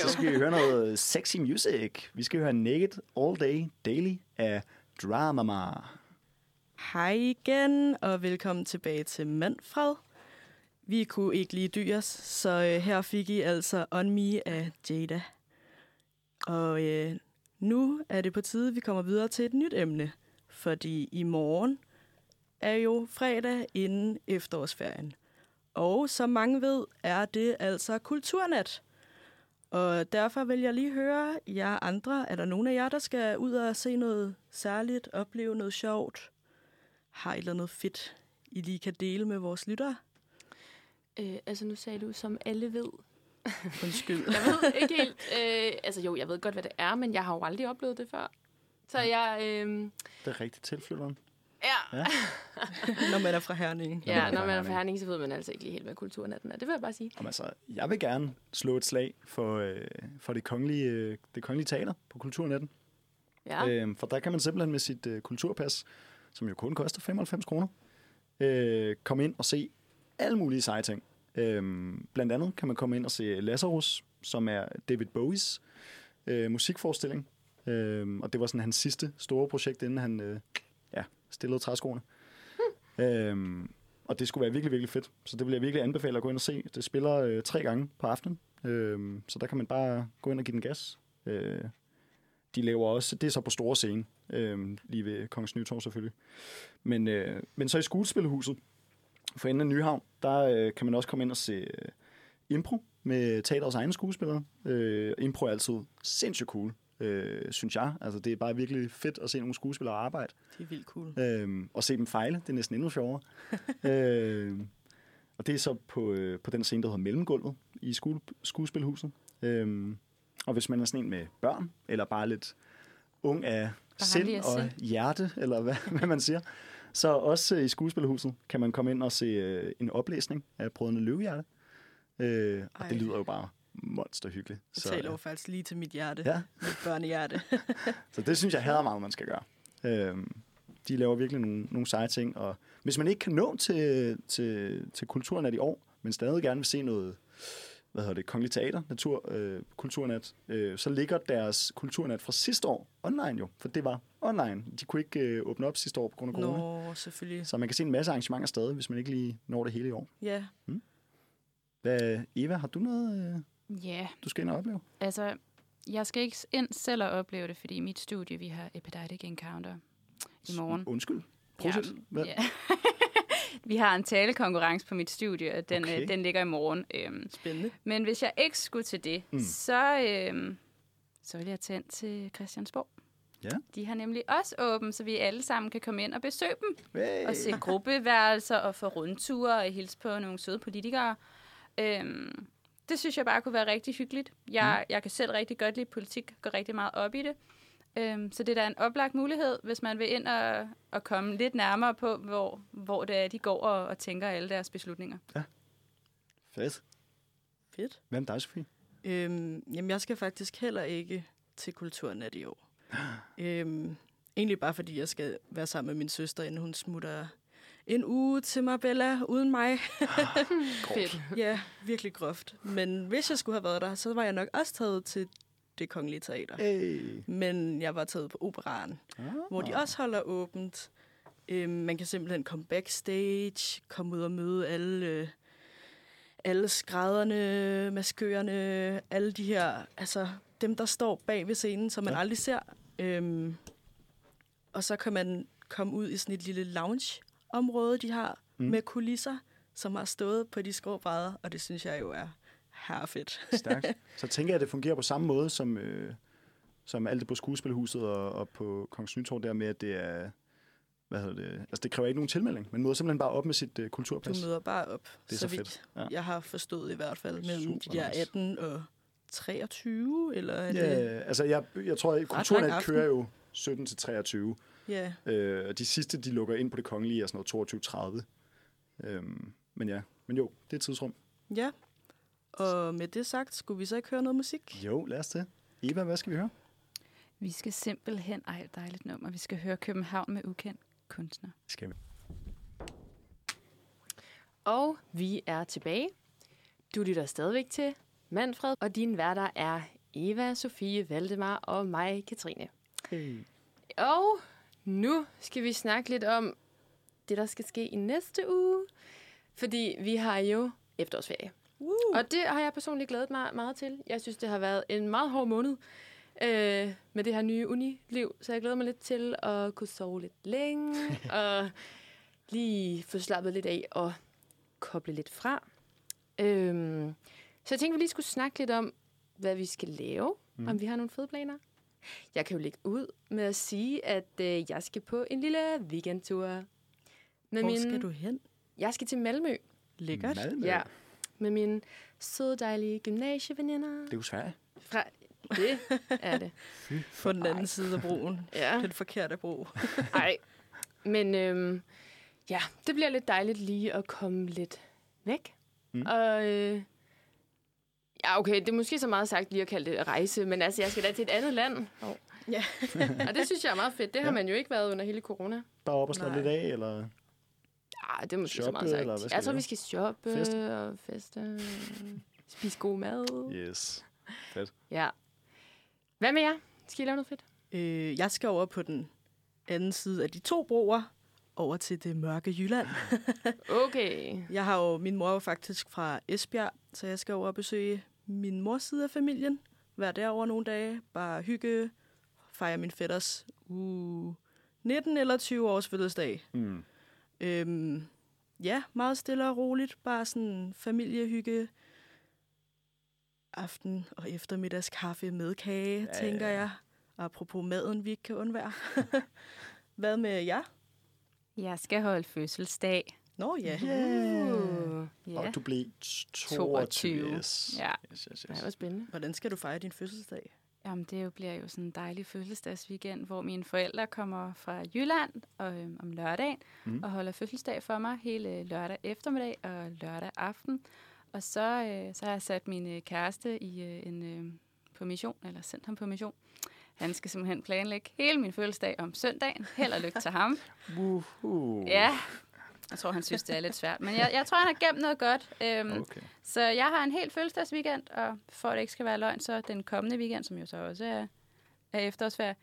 Speaker 3: så skal vi høre noget sexy music. Vi skal høre Naked All Day Daily af Dramama.
Speaker 5: Hej igen, og velkommen tilbage til Manfred. Vi kunne ikke lige dyres, så øh, her fik I altså On Me af Jada. Og øh, nu er det på tide, vi kommer videre til et nyt emne. Fordi i morgen er jo fredag inden efterårsferien. Og som mange ved, er det altså kulturnat. Og derfor vil jeg lige høre jer andre. Er der nogen af jer, der skal ud og se noget særligt, opleve noget sjovt? har et eller andet fedt, I lige kan dele med vores lyttere.
Speaker 2: Øh, altså, nu sagde du, som alle ved.
Speaker 5: Undskyld.
Speaker 2: Jeg ved ikke helt. Øh, altså, jo, jeg ved godt, hvad det er, men jeg har jo aldrig oplevet det før. Så jeg... Øh,
Speaker 3: Det er rigtigt tilflytteren.
Speaker 2: ja,
Speaker 5: Når man er fra Herning.
Speaker 2: ja, når man er fra Herning, så ved man altså ikke lige helt, hvad kulturnatten er. Det vil jeg bare sige.
Speaker 3: Jamen, altså, jeg vil gerne slå et slag for, øh, for det, kongelige, øh, det kongelige teater på Kulturnetten.
Speaker 2: Ja. Øh.
Speaker 3: Øh, for der kan man simpelthen med sit øh, kulturpas, som jo kun koster 95 kroner, øh, komme ind og se alle mulige seje ting. Øh, blandt andet kan man komme ind og se Lazarus, som er David Bowies øh, musikforestilling. Øh, og det var sådan hans sidste store projekt, inden han øh, ja, stillede træskoene. Øhm, og det skulle være virkelig, virkelig fedt. Så det vil jeg virkelig anbefale at gå ind og se. Det spiller øh, tre gange på aftenen, øhm, så der kan man bare gå ind og give den gas. Øh, de laver også, det er så på store scene, øhm, lige ved Kongens Nytorv selvfølgelig. Men, øh, men så i skuespilhuset for enden af Nyhavn, der øh, kan man også komme ind og se øh, impro med teaterets egne skuespillere. Øh, impro er altid sindssygt cool, øh, synes jeg. Altså, det er bare virkelig fedt at se nogle skuespillere arbejde.
Speaker 5: Det er vildt cool.
Speaker 3: Øhm, og se dem fejle, det er næsten endnu sjovere. øhm, og det er så på, øh, på den scene, der hedder Mellemgulvet i skue, skuespilhuset. Øhm, og hvis man er sådan en med børn, eller bare lidt ung af sind
Speaker 4: lige af
Speaker 3: og hjerte, eller hvad, hvad man siger, så også øh, i skuespilhuset kan man komme ind og se øh, en oplæsning af Brødrene Løvehjerte. Øh, og
Speaker 5: Ej.
Speaker 3: det lyder jo bare monsterhyggeligt.
Speaker 5: Det taler jo
Speaker 3: øh,
Speaker 5: faktisk lige til mit hjerte.
Speaker 3: Ja.
Speaker 5: Mit børnehjerte.
Speaker 3: så det synes jeg hader meget, man skal gøre. Øhm, de laver virkelig nogle, nogle seje ting, og hvis man ikke kan nå til, til, til kulturnat i år, men stadig gerne vil se noget, hvad hedder det, Kongelig Teater, Natur, øh, Kulturnat, øh, så ligger deres kulturnat fra sidste år online jo, for det var online. De kunne ikke øh, åbne op sidste år på grund af corona.
Speaker 5: Nå, selvfølgelig.
Speaker 3: Så man kan se en masse arrangementer stadig, hvis man ikke lige når det hele i år.
Speaker 5: Ja.
Speaker 3: Hvad, Eva, har du noget, øh,
Speaker 4: ja. Yeah.
Speaker 3: du skal ind og opleve?
Speaker 4: Altså, jeg skal ikke ind selv og opleve det, fordi i mit studie, vi har Epidiotic Encounter i morgen.
Speaker 3: Undskyld. Prosit.
Speaker 4: Ja,
Speaker 3: Hvad?
Speaker 4: ja. Vi har en talekonkurrence på mit studie, og den, okay.
Speaker 3: Okay.
Speaker 4: øh, den ligger i morgen. Øhm,
Speaker 5: Spændende.
Speaker 4: men hvis jeg ikke skulle til det, mm. så, øhm, så vil jeg tage ind til Christiansborg.
Speaker 3: Ja.
Speaker 4: De har nemlig også åben, så vi alle sammen kan komme ind og besøge dem.
Speaker 3: Hey.
Speaker 4: og se gruppeværelser og få rundture og hilse på nogle søde politikere. Øhm, det synes jeg bare kunne være rigtig hyggeligt. Jeg, mm. jeg kan selv rigtig godt lide politik, går rigtig meget op i det. Øhm, så det er da en oplagt mulighed, hvis man vil ind og, og komme lidt nærmere på, hvor, hvor det er, de går og, og tænker alle deres beslutninger.
Speaker 3: Fedt.
Speaker 5: Fedt.
Speaker 3: Hvad med dig, Sofie?
Speaker 5: Øhm, jamen, jeg skal faktisk heller ikke til kulturnat i år. øhm, egentlig bare fordi, jeg skal være sammen med min søster, inden hun smutter en uge til Marbella uden mig.
Speaker 2: Fedt.
Speaker 5: ja, virkelig groft. Men hvis jeg skulle have været der, så var jeg nok også taget til det kongelige teater.
Speaker 3: Hey.
Speaker 5: Mm. Men jeg var taget på operaren,
Speaker 3: Ah.
Speaker 5: hvor de også holder åbent. Øhm, man kan simpelthen komme backstage, komme ud og møde alle, øh, alle skrædderne, maskørerne, alle de her, altså dem, der står bag ved scenen, som man ja. aldrig ser. Øhm, og så kan man komme ud i sådan et lille lounge-område, de har mm. med kulisser, som har stået på de skråbrædder, og det synes jeg jo er herrefedt.
Speaker 3: Stærkt. Så tænker jeg, at det fungerer på samme måde som, øh, som alt det på Skuespilhuset og, og på Kongens Nytorv, der med, at det er... Hvad hedder det? Altså, det kræver ikke nogen tilmelding. Man møder simpelthen bare op med sit øh,
Speaker 5: Du
Speaker 3: kulturpas.
Speaker 5: møder bare op,
Speaker 3: Det er så fedt. Ja.
Speaker 5: Ja. Jeg har forstået i hvert fald mellem
Speaker 3: Super
Speaker 5: de der
Speaker 3: nice.
Speaker 5: 18 og 23, eller er det...
Speaker 3: Ja, altså, jeg, jeg tror, at Kulturnet
Speaker 5: aften.
Speaker 3: kører jo 17 til 23.
Speaker 5: Ja.
Speaker 3: Øh, og de sidste, de lukker ind på det kongelige, er sådan noget 22.30. Øhm, men ja, men jo, det er et tidsrum.
Speaker 5: ja. Og med det sagt, skulle vi så ikke høre noget musik?
Speaker 3: Jo, lad os det. Eva, hvad skal vi høre?
Speaker 4: Vi skal simpelthen, ej dejligt nummer, vi skal høre København med ukendt kunstner.
Speaker 3: Skal vi?
Speaker 2: Og vi er tilbage. Du lytter stadigvæk til Manfred, og din værter er Eva, Sofie, Valdemar og mig, Katrine.
Speaker 3: Hey.
Speaker 2: Og nu skal vi snakke lidt om det, der skal ske i næste uge. Fordi vi har jo efterårsferie.
Speaker 5: Woo.
Speaker 2: Og det har jeg personligt glædet mig meget til. Jeg synes, det har været en meget hård måned øh, med det her nye uniliv. Så jeg glæder mig lidt til at kunne sove lidt længe og lige få slappet lidt af og koble lidt fra. Øhm, så jeg tænkte, vi lige skulle snakke lidt om, hvad vi skal lave. Mm. Om vi har nogle fede planer. Jeg kan jo lægge ud med at sige, at øh, jeg skal på en lille weekendtur. Med
Speaker 5: Hvor skal du hen?
Speaker 2: Jeg skal til Malmø.
Speaker 5: Lækkert.
Speaker 3: Malmø.
Speaker 2: Ja. Med mine søde, dejlige gymnasieveninder.
Speaker 3: Det er jo Sverige.
Speaker 2: Fra det er det.
Speaker 5: På den anden side af broen.
Speaker 2: Ja.
Speaker 5: Den forkerte bro.
Speaker 2: Ej. Men øhm, ja, det bliver lidt dejligt lige at komme lidt væk. Mm. Og øh, ja, okay, det er måske så meget sagt lige at kalde det at rejse, men altså, jeg skal da til et andet land. Oh.
Speaker 5: Ja.
Speaker 2: Og det synes jeg er meget fedt. Det har man jo ikke været under hele corona.
Speaker 3: Bare op og slappe
Speaker 5: Nej.
Speaker 3: lidt af, eller...
Speaker 2: Ah, det er måske så
Speaker 3: Shoppe,
Speaker 2: meget sagt.
Speaker 3: eller hvad skal
Speaker 2: jeg tror,
Speaker 3: vi
Speaker 2: vi skal shoppe
Speaker 3: Feste?
Speaker 2: og feste. Spise god mad.
Speaker 3: Yes.
Speaker 2: Ja. Hvad med jer? Skal I lave noget fedt?
Speaker 5: Øh, jeg skal over på den anden side af de to broer, over til det mørke Jylland.
Speaker 2: Okay.
Speaker 5: Jeg har jo, min mor er jo faktisk fra Esbjerg, så jeg skal over og besøge min mors side af familien. Være derovre nogle dage, bare hygge, fejre min fætters uge 19 eller 20 års fødselsdag.
Speaker 3: Mm.
Speaker 5: Øhm, ja, meget stille og roligt, bare sådan familiehygge, aften- og eftermiddagskaffe med kage, ja, tænker jeg. Apropos maden, vi ikke kan undvære. Hvad med jer?
Speaker 4: Jeg skal holde fødselsdag.
Speaker 5: Nå ja,
Speaker 2: Uh.
Speaker 4: Ja.
Speaker 3: Og du blev 22.
Speaker 4: 22.
Speaker 3: Yes.
Speaker 4: Ja.
Speaker 3: Yes, yes,
Speaker 2: Ej,
Speaker 3: yes.
Speaker 2: hvor spændende.
Speaker 5: hvordan skal du fejre din fødselsdag?
Speaker 4: Jamen, det jo bliver jo sådan en dejlig fødselsdagsweekend, hvor mine forældre kommer fra Jylland og, øhm, om lørdagen mm. og holder fødselsdag for mig hele lørdag eftermiddag og lørdag aften. Og så, øh, så har jeg sat min øh, kæreste i øh, en, øh, på mission, eller sendt ham på mission. Han skal simpelthen planlægge hele min fødselsdag om søndagen. Held og lykke til ham.
Speaker 3: Woohoo.
Speaker 4: Ja, jeg tror, han synes, det er lidt svært. Men jeg, jeg tror, han har gemt noget godt. Øhm,
Speaker 3: Okay.
Speaker 4: så jeg har en helt fødselsdagsweekend, og for at det ikke skal være løgn, så den kommende weekend, som jo så også er, er efterårsferie,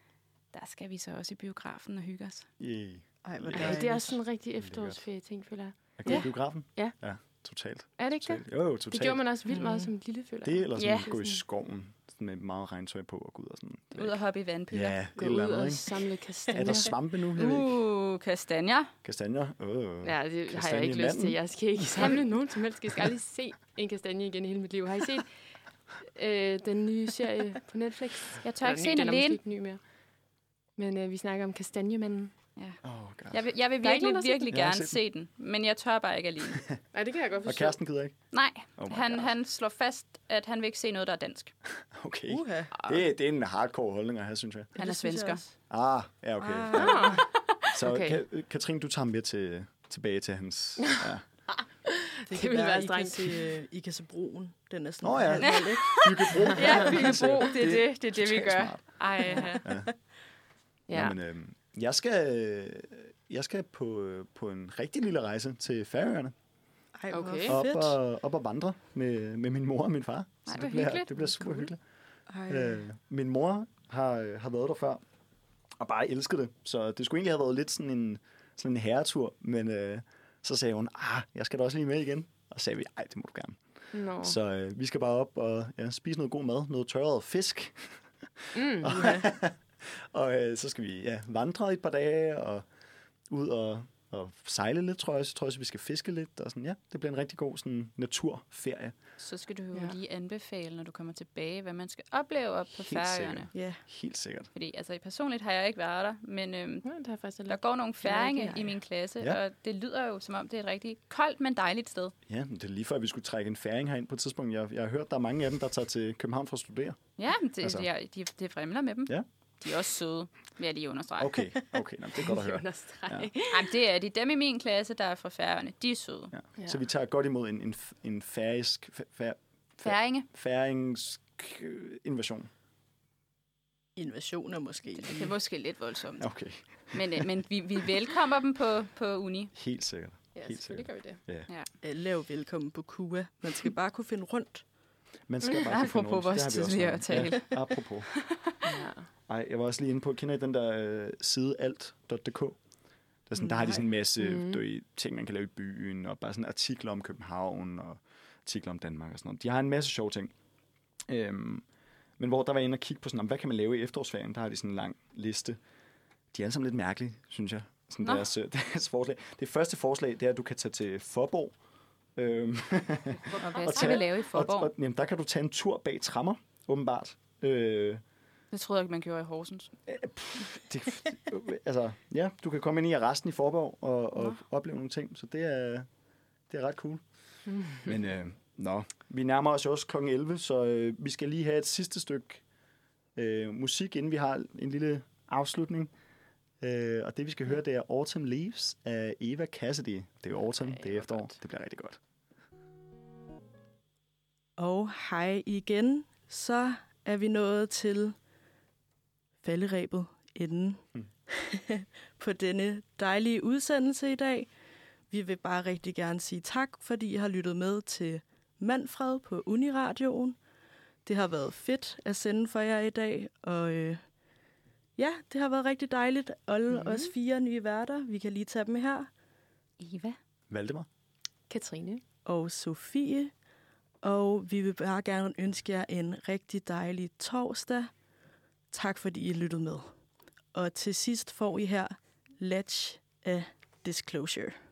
Speaker 4: der skal vi så også i biografen og hygge os.
Speaker 3: Yeah.
Speaker 5: Ej, hvor
Speaker 2: Ej,
Speaker 5: dejligt.
Speaker 2: det er også sådan en rigtig efterårsferie ting, føler jeg.
Speaker 3: Er du ja.
Speaker 2: Ja.
Speaker 3: i biografen?
Speaker 2: Ja.
Speaker 3: Ja, totalt.
Speaker 2: Er det ikke det?
Speaker 3: totalt. Jo, jo, totalt.
Speaker 2: Det gjorde man også vildt meget som lille, føler jeg.
Speaker 3: Det er ellers sådan
Speaker 4: Ja.
Speaker 3: at gå i skoven. aften med meget regntøj på og gå ud og sådan. det ved
Speaker 4: Ud
Speaker 3: jeg
Speaker 4: og hoppe i
Speaker 3: ikke.
Speaker 4: vandpytter.
Speaker 3: Ja,
Speaker 2: Gå
Speaker 3: et
Speaker 2: ud
Speaker 3: eller andet,
Speaker 2: og
Speaker 3: ikke?
Speaker 2: samle
Speaker 3: Er der
Speaker 2: kastanjer.
Speaker 3: svampe nu? Jeg ved ikke.
Speaker 4: Uh, kastanjer.
Speaker 3: Kastanjer? Øh.
Speaker 2: Ja, det har jeg
Speaker 3: Kastanje
Speaker 2: ikke
Speaker 3: i
Speaker 2: lyst til.
Speaker 3: manden.
Speaker 2: Jeg skal ikke samle nogen som helst. Jeg skal aldrig se en kastanje igen i hele mit liv. Har I set øh, den nye serie på Netflix?
Speaker 4: Jeg tør ikke
Speaker 2: Eller
Speaker 4: se
Speaker 2: ny,
Speaker 4: den
Speaker 2: er måske
Speaker 4: alene.
Speaker 2: ikke ny mere. Men øh, vi snakker om kastanjemanden.
Speaker 3: Åh, God.
Speaker 4: Jeg vil, jeg vil
Speaker 2: Der er ikke
Speaker 4: virkelig,
Speaker 2: nogen, der har set
Speaker 4: virkelig
Speaker 3: Jeg har
Speaker 4: gerne
Speaker 3: set
Speaker 4: se den, men jeg tør bare ikke alene.
Speaker 2: Nej, det kan jeg godt
Speaker 3: Og kæresten gider ikke?
Speaker 4: Nej,
Speaker 3: Oh my
Speaker 4: han,
Speaker 3: God.
Speaker 4: han slår fast, at han vil ikke se noget, der er dansk.
Speaker 3: Okay.
Speaker 4: Uh.
Speaker 5: Uha.
Speaker 3: Det, det er en hardcore holdning at have, synes jeg.
Speaker 4: Han er svensker.
Speaker 3: Ah, ja, okay. Ja.
Speaker 2: Ah,
Speaker 3: Så
Speaker 2: Okay.
Speaker 3: okay. Katrin, du tager ham med til, tilbage til hans... Ja.
Speaker 5: Det, det
Speaker 2: kan
Speaker 5: kan være,
Speaker 2: være
Speaker 5: I kan,
Speaker 2: strengt.
Speaker 5: se, I kan se broen. Den er sådan
Speaker 3: Nå ja.
Speaker 5: halvhal, ikke?
Speaker 3: Byggebro.
Speaker 4: Ja, Bro, det er det, det, er det vi
Speaker 3: totalt
Speaker 4: gør.
Speaker 3: smart.
Speaker 4: Ej, ja.
Speaker 2: ja.
Speaker 3: Nå, men, øhm, jeg skal, øh, jeg skal på, øh, på en rigtig lille rejse til Færøerne.
Speaker 5: Ej, hvor
Speaker 2: Okay.
Speaker 3: Op
Speaker 5: fedt.
Speaker 3: og, op og vandre med, med min mor og min far. Så
Speaker 4: Ej, hvor
Speaker 3: det, bliver,
Speaker 4: hyggeligt.
Speaker 3: det bliver super hyggeligt.
Speaker 5: Ej.
Speaker 3: Øh, min mor har, øh, har været der før, og bare elsket det. Så det skulle egentlig have været lidt sådan en, sådan en herretur, men øh, så sagde hun, ah, jeg skal da også lige med igen. Og så sagde vi, ej, det må du gerne.
Speaker 2: Nå.
Speaker 3: Oh. Så øh, vi skal bare op og ja, spise noget god mad, noget tørret fisk.
Speaker 2: Mm.
Speaker 3: Og øh, så skal vi ja, vandre i et par dage, og ud og, og sejle lidt, tror jeg. Så tror jeg, også, vi skal fiske lidt, og sådan, ja, det bliver en rigtig god sådan, naturferie.
Speaker 4: Så skal du jo
Speaker 2: Ja.
Speaker 4: lige anbefale, når du kommer tilbage, hvad man skal opleve op på
Speaker 3: Helt sikkert.
Speaker 4: færøerne.
Speaker 5: Ja.
Speaker 3: Helt sikkert.
Speaker 4: Fordi altså, personligt har jeg ikke været der, men øhm,
Speaker 2: Nå, det har jeg faktisk
Speaker 4: der
Speaker 2: aldrig.
Speaker 4: går nogle færinge
Speaker 2: Ja, ja, ja.
Speaker 4: i min klasse,
Speaker 3: Ja.
Speaker 4: og det lyder jo, som om det er et rigtig koldt, men dejligt sted.
Speaker 3: Ja, men det er lige før, at vi skulle trække en færing herind på et tidspunkt. Jeg, jeg har hørt, der er mange af dem, der tager til København for at studere.
Speaker 4: Ja, men det,
Speaker 3: Altså.
Speaker 4: altså. jeg, de, det fremler med dem.
Speaker 3: Ja.
Speaker 4: De er også søde, vil jeg lige understrege.
Speaker 3: Okay, okay, nå, det er godt at høre.
Speaker 2: Understreg.
Speaker 4: Jamen, det er de. Dem i min klasse, der er fra færøerne, de er søde.
Speaker 3: Ja. Så vi tager godt imod en, en, en færisk, fær,
Speaker 4: Færinge.
Speaker 3: færingsk øh, invasion.
Speaker 5: Invasioner måske.
Speaker 4: Det er måske lidt voldsomt.
Speaker 3: Okay,
Speaker 4: Men, øh, men vi, vi velkommer dem på, på uni.
Speaker 3: helt sikkert.
Speaker 2: Ja,
Speaker 3: Helt
Speaker 2: selvfølgelig gør vi det.
Speaker 5: Alle er jo Øh, velkommen på Kua. Man skal bare kunne finde rundt.
Speaker 3: Man skal bare kunne finde rundt.
Speaker 4: Apropos
Speaker 3: Det
Speaker 4: vores
Speaker 3: har vi også
Speaker 4: tidligere
Speaker 3: snakket om. Ja, apropos.
Speaker 2: Ja.
Speaker 3: Ej, jeg var også lige inde på, kender I den der øh, side alt.dk? Der, er sådan, der har de sådan en masse
Speaker 2: Mhm.
Speaker 3: mm. ting, man kan lave i byen, og bare sådan artikler om København, og artikler om Danmark og sådan noget. De har en masse sjove ting. Øhm, men hvor der var jeg inde og kigge på sådan, om, hvad kan man lave i efterårsferien? Der har de sådan en lang liste. De er alle sammen lidt mærkelige, synes jeg. Sådan
Speaker 4: Nå.
Speaker 3: deres, øh, deres forslag. Det første forslag, det er, at du kan tage til Forborg. Øhm,
Speaker 4: Og hvad
Speaker 3: Og
Speaker 4: skal vi
Speaker 3: tage-
Speaker 4: lave i
Speaker 3: Og, og,
Speaker 4: Forborg?
Speaker 3: jamen, der kan du tage en tur bag trammer, åbenbart. Øh,
Speaker 4: Det troede jeg ikke, man gjorde i Horsens.
Speaker 3: det, altså, ja, du kan komme ind i arresten i Forborg og, og opleve nogle ting, så det er, det er ret cool. Men øh, nå, vi nærmer os jo også kl. 11, så øh, vi skal lige have et sidste stykke øh, musik, inden vi har en lille afslutning. Øh, og det, vi skal høre, det er Autumn Leaves af Eva Cassidy. Det er jo autumn, det er
Speaker 2: hvor
Speaker 3: efterår.
Speaker 2: godt.
Speaker 3: Det bliver rigtig godt.
Speaker 5: Og hej igen. Så er vi nået til falderæbet inden
Speaker 3: Mm.
Speaker 5: på denne dejlige udsendelse i dag. Vi vil bare rigtig gerne sige tak, fordi I har lyttet med til Manfred på Uniradioen. Det har været fedt at sende for jer i dag, og øh, ja, det har været rigtig dejligt. Alle mm. os fire nye værter, vi kan lige tage dem her.
Speaker 4: Eva?
Speaker 3: Valdemar?
Speaker 2: Katrine.
Speaker 5: og Sofie. Og vi vil bare gerne ønske jer en rigtig dejlig torsdag. Tak fordi I lyttede med. Og til sidst får I her Latch af Disclosure.